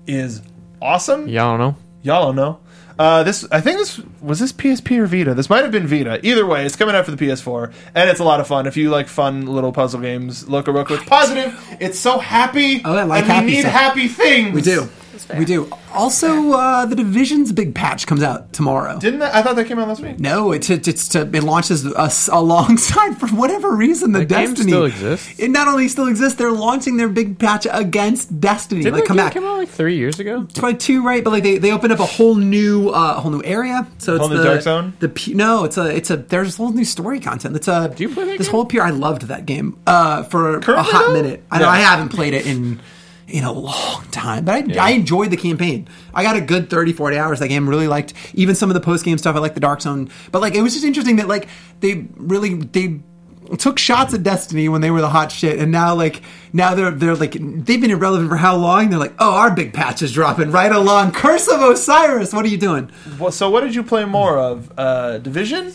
S1: is awesome.
S3: Y'all don't know.
S1: Y'all don't know. Uh, this I think this was this PSP or Vita. This might have been Vita. Either way, it's coming out for the PS4, and it's a lot of fun. If you like fun little puzzle games, Loco Roco is positive. It's so happy.
S5: Oh, I like
S1: and
S5: happy
S1: we need
S5: stuff.
S1: happy things.
S5: We do.
S4: fair.
S5: We do. Also, uh, the Division's big patch comes out tomorrow.
S1: Didn't that, I thought that came out last week?
S5: no, it's it, it's to, it launches us (laughs) alongside for whatever reason the,
S3: game
S5: Destiny
S3: still exists?
S5: It not only still exists, they're launching their big patch against Destiny.
S3: Didn't
S5: like,
S3: that
S5: come
S3: game
S5: back.
S3: come out like three years ago?
S5: It's probably two, right? But like they, they opened up a whole new uh, whole new area. So it's
S1: Whole new
S5: the
S1: Dark Zone?
S5: The P- no, it's a it's a there's whole new story content. It's a do
S3: you play that
S5: this
S3: game?
S5: whole peer? I loved that game uh, for a
S1: Currently,
S5: hot
S1: though?
S5: minute. I know I haven't played it in in a long time, but I, I enjoyed the campaign. I got a good 30, 40 hours. That game really liked even some of the post game stuff. I liked the Dark Zone, but like it was just interesting that like they really they took shots at Destiny when they were the hot shit, and now like now they're they're like they've been irrelevant for how long? They're like, oh, our big patch is dropping right along. Curse of Osiris, what are you doing?
S1: Mm. Well, so what did you play more of, uh, Division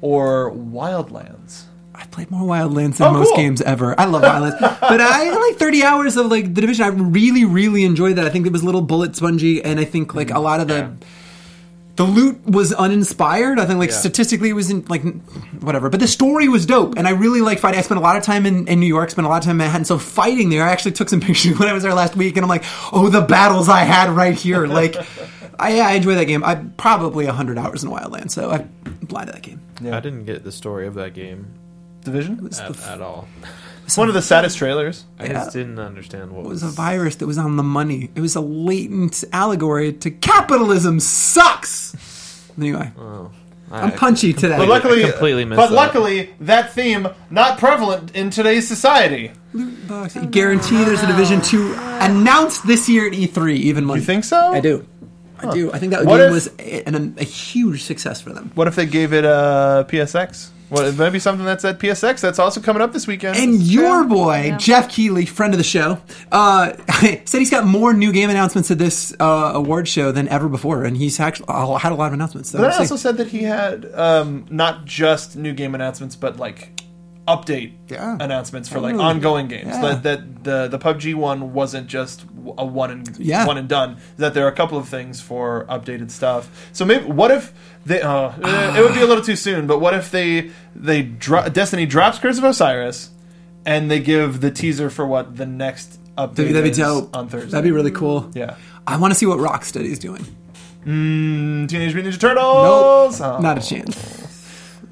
S1: or Wildlands?
S5: I played more Wildlands than
S1: Oh,
S5: most
S1: cool.
S5: games ever. I
S1: (laughs)
S5: love Wildlands, but I had like 30 hours of like the division. I really, really enjoyed that. I think it was a little bullet spongy, and I think like a lot of the. The loot was uninspired. I think, like statistically, it was in, like whatever. But the story was dope, and I really like fighting. I spent a lot of time in, in New York, spent a lot of time in Manhattan, so fighting there. I actually took some (laughs) pictures when I was there last week, and I'm like, oh, the battles I had right here.
S1: (laughs)
S5: Like, I, yeah, I enjoy that game. I probably 100 hours in Wildlands, so I blind to that game.
S3: I didn't get the story of that game
S1: Division.
S3: at, at all.
S1: It's one of the saddest trailers.
S3: I just didn't understand what
S5: It was a virus that was on the money. It was a latent allegory to capitalism sucks. Anyway, I'm punchy today.
S1: But luckily,
S3: completely missed
S1: but
S3: that.
S1: luckily, that theme not prevalent in today's society.
S5: Box. I guarantee there's a Division Two announced this year at E3. Even money.
S1: You think so?
S5: I do. I do. I think that
S1: What
S5: game
S1: if-
S5: was a, an, a huge success for them.
S1: What if they gave it uh, a PSX? What it might be something that's at PSX that's also coming up this weekend.
S5: And your boy Jeff Keeley, friend of the show, uh, (laughs) said he's got more new game announcements at this uh, award show than ever before, and he's actually uh, had a lot of announcements. So
S1: but
S5: we'll
S1: I
S5: see.
S1: also said that he had um, not just new game announcements, but like update
S7: Yeah.
S1: announcements for like ongoing games.
S7: Yeah.
S1: That that the the PUBG one wasn't just a one and
S7: Yeah.
S1: one and done. That there are a couple of things for updated stuff. So maybe what if they? Oh, eh, it would be a little too soon. But what if they they dro- Destiny drops Curse of Osiris, and they give the teaser for what the next update
S5: That'd, be- that'd be
S1: is
S5: dope.
S1: on Thursday.
S5: That'd be really cool.
S1: yeah.
S5: I want to see what Rocksteady's doing.
S1: Mm, Teenage Mutant Ninja Turtles. Oh.
S5: Not a chance.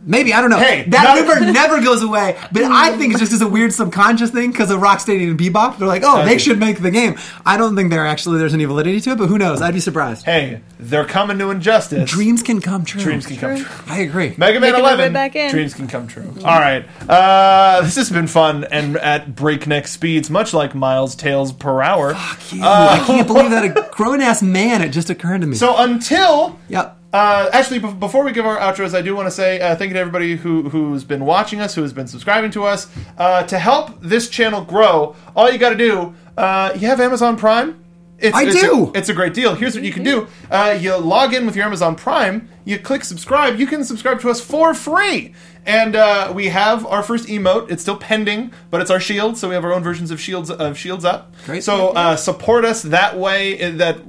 S5: Maybe I don't know.
S1: Hey,
S5: that
S1: not-
S5: rumor never goes away. But I think it's just as a weird subconscious thing because of Rocksteady and Bebop. They're like, oh, they
S1: Okay.
S5: should make the game. I don't think there actually there's any validity to it, but who knows? I'd be surprised.
S1: Hey, they're coming to Injustice.
S5: Dreams can come true.
S1: Dreams can come true.
S5: I agree.
S1: Mega Man
S4: Making their way
S1: 11.
S4: back in. Mm.
S1: Dreams can come true. All right. Uh, this has been fun and at breakneck speeds, much like Miles' tails per hour.
S5: Ew, I can't believe
S1: (laughs)
S5: that a grown ass man. It just occurred to me.
S1: So until.
S5: yep.
S1: Uh, actually, bef- before we give our outros, I do want to say uh, thank you to everybody who, who's been watching us, who has been subscribing to us. Uh, to help this channel grow, all you got to do, uh, you have Amazon Prime? It's,
S5: I
S1: it's
S5: do. Mm-hmm.
S1: A, it's a great deal. Here's what you can do uh, you log in with your Amazon Prime, you click subscribe, you can subscribe to us for free. And uh, we have our first emote. It's still pending, but it's our shield, so we have our own versions of shields of shields up.
S5: Great.
S1: So uh, support us that way. uh, That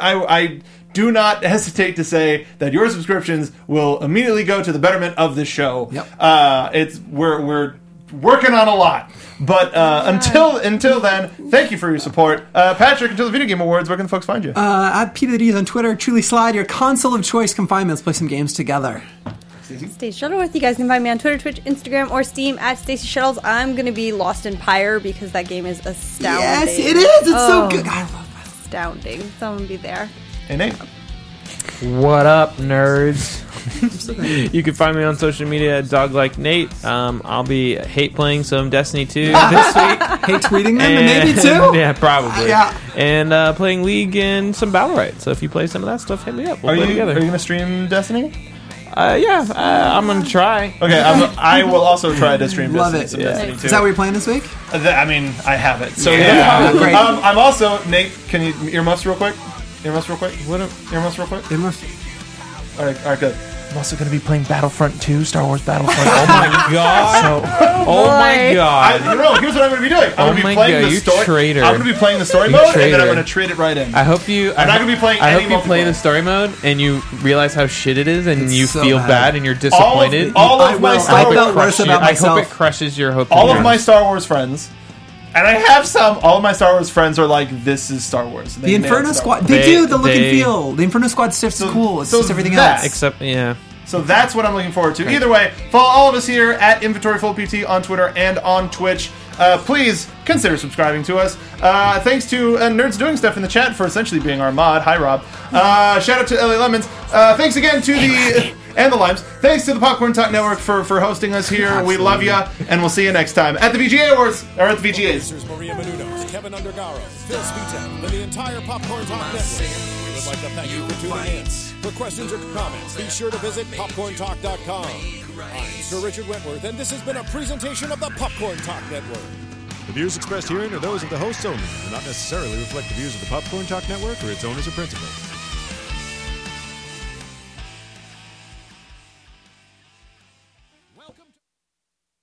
S1: I, I do not (laughs) hesitate to say that your subscriptions will immediately go to the betterment of this show.
S5: Yep.
S1: Uh, it's we're we're working on a lot, but
S5: Oh
S1: uh, until until then, thank you for your support, uh, Patrick. Until the Video Game Awards, where can the folks find you?
S5: Uh, at Peter the D's on Twitter, truly slide your console of choice. Come find me. Let's play some games together.
S4: Stacey Shuttleworth. You guys can find me on Twitter, Twitch, Instagram, or Steam at Stacey Shuttles. I'm gonna be lost in Pyre because that game is astounding.
S5: Yes, it is. It's
S4: Oh.
S5: so good. I love it.
S4: Astounding. Someone be there.
S1: hey Nate.
S3: What up,
S1: (laughs)
S3: nerds? you can find me on social media at Dog Like Nate. Um, I'll be hate playing some
S1: (laughs)
S3: Destiny 2 this week.
S5: Hate tweeting them, and maybe too.
S3: (laughs) Yeah, probably.
S5: Yeah.
S3: And uh, playing League and some Battle Right. So if you play some of that stuff, hit me up. We'll
S1: Are
S3: play
S1: you,
S3: together.
S1: are you gonna stream Destiny?
S3: uh, yeah, uh, I'm gonna try.
S1: Okay, I'm, I will also try to stream
S5: Love
S1: Destiny.
S5: it.
S1: so Destiny
S5: Is
S1: too.
S5: that what you're playing this week?
S1: Uh, th- I mean, I have it. So
S5: Yeah. Oh,
S1: yeah.
S5: Great.
S1: Um, I'm also Nate. Can you earmuffs real quick? Earmuffs real quick. What? Earmuffs real quick. All right. All right.
S3: Uh,
S1: Good. I'm also going to be playing Battlefront 2, Star Wars Battlefront. oh my
S3: (laughs)
S1: god! So,
S3: Oh my
S1: I,
S3: god.
S1: you know, here's what I'm going to be doing. I'm
S3: Oh
S1: going to
S3: my
S1: be playing
S3: God,
S1: the
S3: you
S1: story.
S3: traitor.
S1: I'm going to be playing the story
S3: You
S1: mode, and then I'm
S3: traitor.
S1: going to trade it right in.
S3: I hope you. I'm
S1: not gonna be playing
S3: I
S1: any
S3: hope you play
S1: multiplayer.
S3: the story mode and you realize how shit it is, and
S5: It's
S3: you
S5: so
S3: feel
S5: bad.
S3: bad. and you're
S1: all of,
S3: disappointed.
S1: all
S5: I
S1: of my
S5: will.
S1: Star
S5: I
S1: Wars,
S5: felt worse about
S3: I hope it
S5: myself.
S3: crushes your hope.
S1: all of my Star Wars friends, and I have some. All of my Star Wars friends are like, "This is Star Wars." and they
S5: The
S1: nailed
S5: Inferno
S1: Star Wars.
S5: Squad. They,
S3: They-
S5: do the look
S3: they-
S5: and feel. The Inferno Squad stuff's
S1: So-
S5: cool. It's
S1: so
S5: just everything
S1: that-
S5: else.
S3: except yeah.
S1: So that's what I'm looking forward to. Either way, follow all of us here at Inventory Full PT on Twitter and on Twitch. Uh, please consider subscribing to us. Uh, thanks to uh, Nerds Doing Stuff in the chat for essentially being our mod. Hi, Rob. Uh, shout out to LA Lemons. Uh, thanks again to the and the Limes. Thanks to the Popcorn Talk Network for for hosting us here. We love you, and we'll see you next time at the VGA Awards or at the VGAs.
S2: Producers Maria Menunos, Kevin Undergaro, Phil Svitek, and the entire Popcorn Talk Network. We would like to thank you for tuning in. For questions or comments, be sure to visit popcorntalk.com. I'm Sir Richard Wentworth, and this has been a presentation of the Popcorn Talk Network. The views expressed herein are those of the hosts only and do not necessarily reflect the views of the Popcorn Talk Network or its owners or principals.